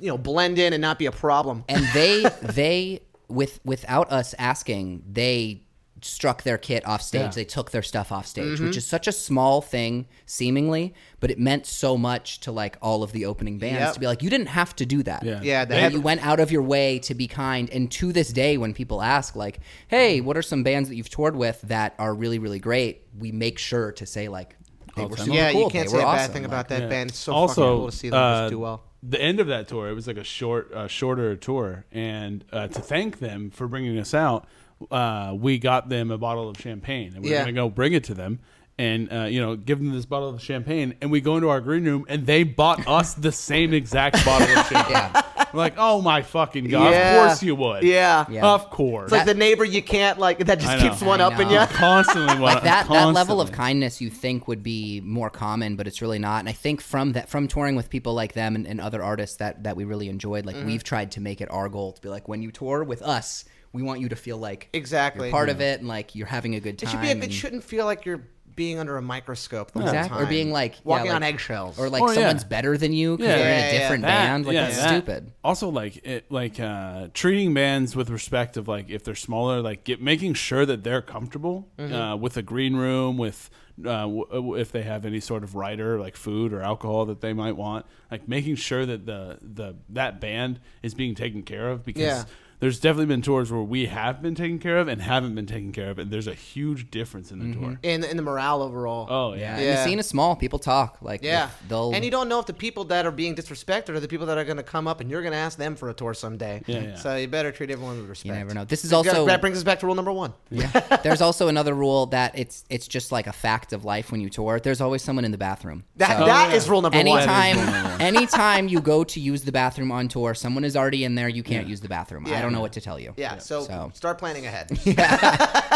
[SPEAKER 2] you know, blend in and not be a problem?
[SPEAKER 3] and
[SPEAKER 2] <laughs>
[SPEAKER 3] they they with without us asking they struck their kit off stage they took their stuff off stage
[SPEAKER 2] Mm-hmm.
[SPEAKER 3] which is such a small thing seemingly but it meant so much to like all of the opening bands
[SPEAKER 2] Yep.
[SPEAKER 3] to be like you didn't have to do that
[SPEAKER 1] Yeah.
[SPEAKER 2] Yeah,
[SPEAKER 3] That
[SPEAKER 2] they had-
[SPEAKER 3] you went out of your way to be kind and to this day when people ask like hey what are some bands that you've toured with that are really really great we make sure to say like they were super
[SPEAKER 2] yeah,
[SPEAKER 3] cool.
[SPEAKER 2] you can't
[SPEAKER 3] they
[SPEAKER 2] say
[SPEAKER 3] were
[SPEAKER 2] a bad
[SPEAKER 3] awesome.
[SPEAKER 2] thing
[SPEAKER 3] Like,
[SPEAKER 2] about that band. It's so
[SPEAKER 1] also
[SPEAKER 2] fucking cool to see them
[SPEAKER 1] uh,
[SPEAKER 2] just do well.
[SPEAKER 1] The end of that tour, it was like a short, uh, shorter tour, and uh, to thank them for bringing us out, uh, we got them a bottle of champagne, and we
[SPEAKER 2] Yeah.
[SPEAKER 1] are gonna go bring it to them. And uh, you know, give them this bottle of champagne, and we go into our green room, and they bought us the same exact
[SPEAKER 2] <laughs>
[SPEAKER 1] bottle of champagne. We're like, oh my fucking god!
[SPEAKER 2] Yeah.
[SPEAKER 1] Of course you would.
[SPEAKER 2] Yeah.
[SPEAKER 3] Yeah.
[SPEAKER 1] Of course.
[SPEAKER 2] It's like the neighbor you can't, like, that
[SPEAKER 1] I
[SPEAKER 2] just
[SPEAKER 1] know.
[SPEAKER 2] keeps one
[SPEAKER 3] I
[SPEAKER 2] up in
[SPEAKER 3] know.
[SPEAKER 1] <laughs>
[SPEAKER 2] you.
[SPEAKER 1] constantly want
[SPEAKER 3] like that that level of
[SPEAKER 1] constantly.
[SPEAKER 3] kindness you think would be more common but it's really not and i think from that from touring with people like them and, and other artists that that we really enjoyed
[SPEAKER 2] Mm-hmm.
[SPEAKER 3] like we've tried to make it our goal to be like when you tour with us we want you to feel like
[SPEAKER 2] <laughs> Exactly.
[SPEAKER 3] you're part of it and like you're having a good
[SPEAKER 2] It
[SPEAKER 3] time
[SPEAKER 2] should be. It
[SPEAKER 3] and-
[SPEAKER 2] shouldn't feel like you're being under a microscope the
[SPEAKER 3] Exactly.
[SPEAKER 2] whole time,
[SPEAKER 3] or being like yeah,
[SPEAKER 2] walking on
[SPEAKER 3] like-
[SPEAKER 2] eggshells,
[SPEAKER 3] or like
[SPEAKER 1] Oh, yeah.
[SPEAKER 3] someone's better than you because
[SPEAKER 1] Yeah.
[SPEAKER 3] they're in
[SPEAKER 2] Yeah,
[SPEAKER 3] a
[SPEAKER 2] yeah,
[SPEAKER 3] different
[SPEAKER 1] That-
[SPEAKER 3] band like
[SPEAKER 1] yeah,
[SPEAKER 3] that's
[SPEAKER 1] that.
[SPEAKER 3] stupid
[SPEAKER 1] Also, like it, like uh, treating bands with respect of like if they're smaller, like get, making sure that they're comfortable
[SPEAKER 3] Mm-hmm.
[SPEAKER 1] uh, with a green room, with uh, w- w- if they have any sort of writer like food or alcohol that they might want, like making sure that the the that band is being taken care of because.
[SPEAKER 2] Yeah.
[SPEAKER 1] There's definitely been tours where we have been taken care of and haven't been taken care of, and there's a huge difference in the tour.
[SPEAKER 2] in in the morale overall.
[SPEAKER 1] Oh
[SPEAKER 3] Mm-hmm. yeah.
[SPEAKER 1] yeah,
[SPEAKER 3] and the
[SPEAKER 2] Yeah.
[SPEAKER 3] scene is small people talk like
[SPEAKER 2] Yeah,
[SPEAKER 3] if they'll
[SPEAKER 2] and you don't know if the people that are being disrespected are the people that are going to come up and you're going to ask them for a tour someday.
[SPEAKER 1] Yeah, yeah.
[SPEAKER 2] So you better treat everyone with respect.
[SPEAKER 3] you never know this is also
[SPEAKER 2] that brings us back to rule number one.
[SPEAKER 3] <laughs> Yeah. There's also another rule that it's it's just like a fact of life when you tour. There's always someone in the bathroom.
[SPEAKER 2] That, that
[SPEAKER 3] So
[SPEAKER 2] is
[SPEAKER 1] yeah.
[SPEAKER 2] rule number one.
[SPEAKER 3] anytime <laughs> anytime you go to use the bathroom on tour, someone is already in there, you can't use the bathroom. I don't know what to tell you.
[SPEAKER 2] Yeah, so,
[SPEAKER 3] So-
[SPEAKER 2] start planning ahead. <laughs>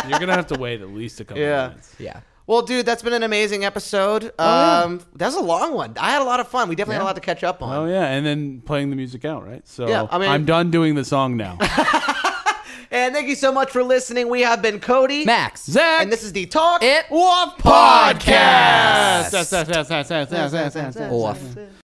[SPEAKER 1] you're gonna have to wait at least a couple
[SPEAKER 2] Yeah.
[SPEAKER 1] minutes.
[SPEAKER 3] Yeah.
[SPEAKER 2] well, dude, that's been an amazing episode.
[SPEAKER 3] Oh,
[SPEAKER 2] um, that was a long one. I had a lot of fun. We definitely had a lot to catch up on.
[SPEAKER 1] Oh yeah, and then playing the music out, right? So
[SPEAKER 2] Yeah, I
[SPEAKER 1] I
[SPEAKER 2] mean-
[SPEAKER 1] am done doing the song
[SPEAKER 2] <laughs>
[SPEAKER 1] now.
[SPEAKER 2] And thank you so much for listening. We have been Cody,
[SPEAKER 3] Max.
[SPEAKER 1] Zach,
[SPEAKER 2] and this is the Talk
[SPEAKER 3] It
[SPEAKER 2] Wolf
[SPEAKER 3] Podcast.
[SPEAKER 1] Yes, yes, yes, yes, yes, yes, yes, yes, yes.
[SPEAKER 3] Off.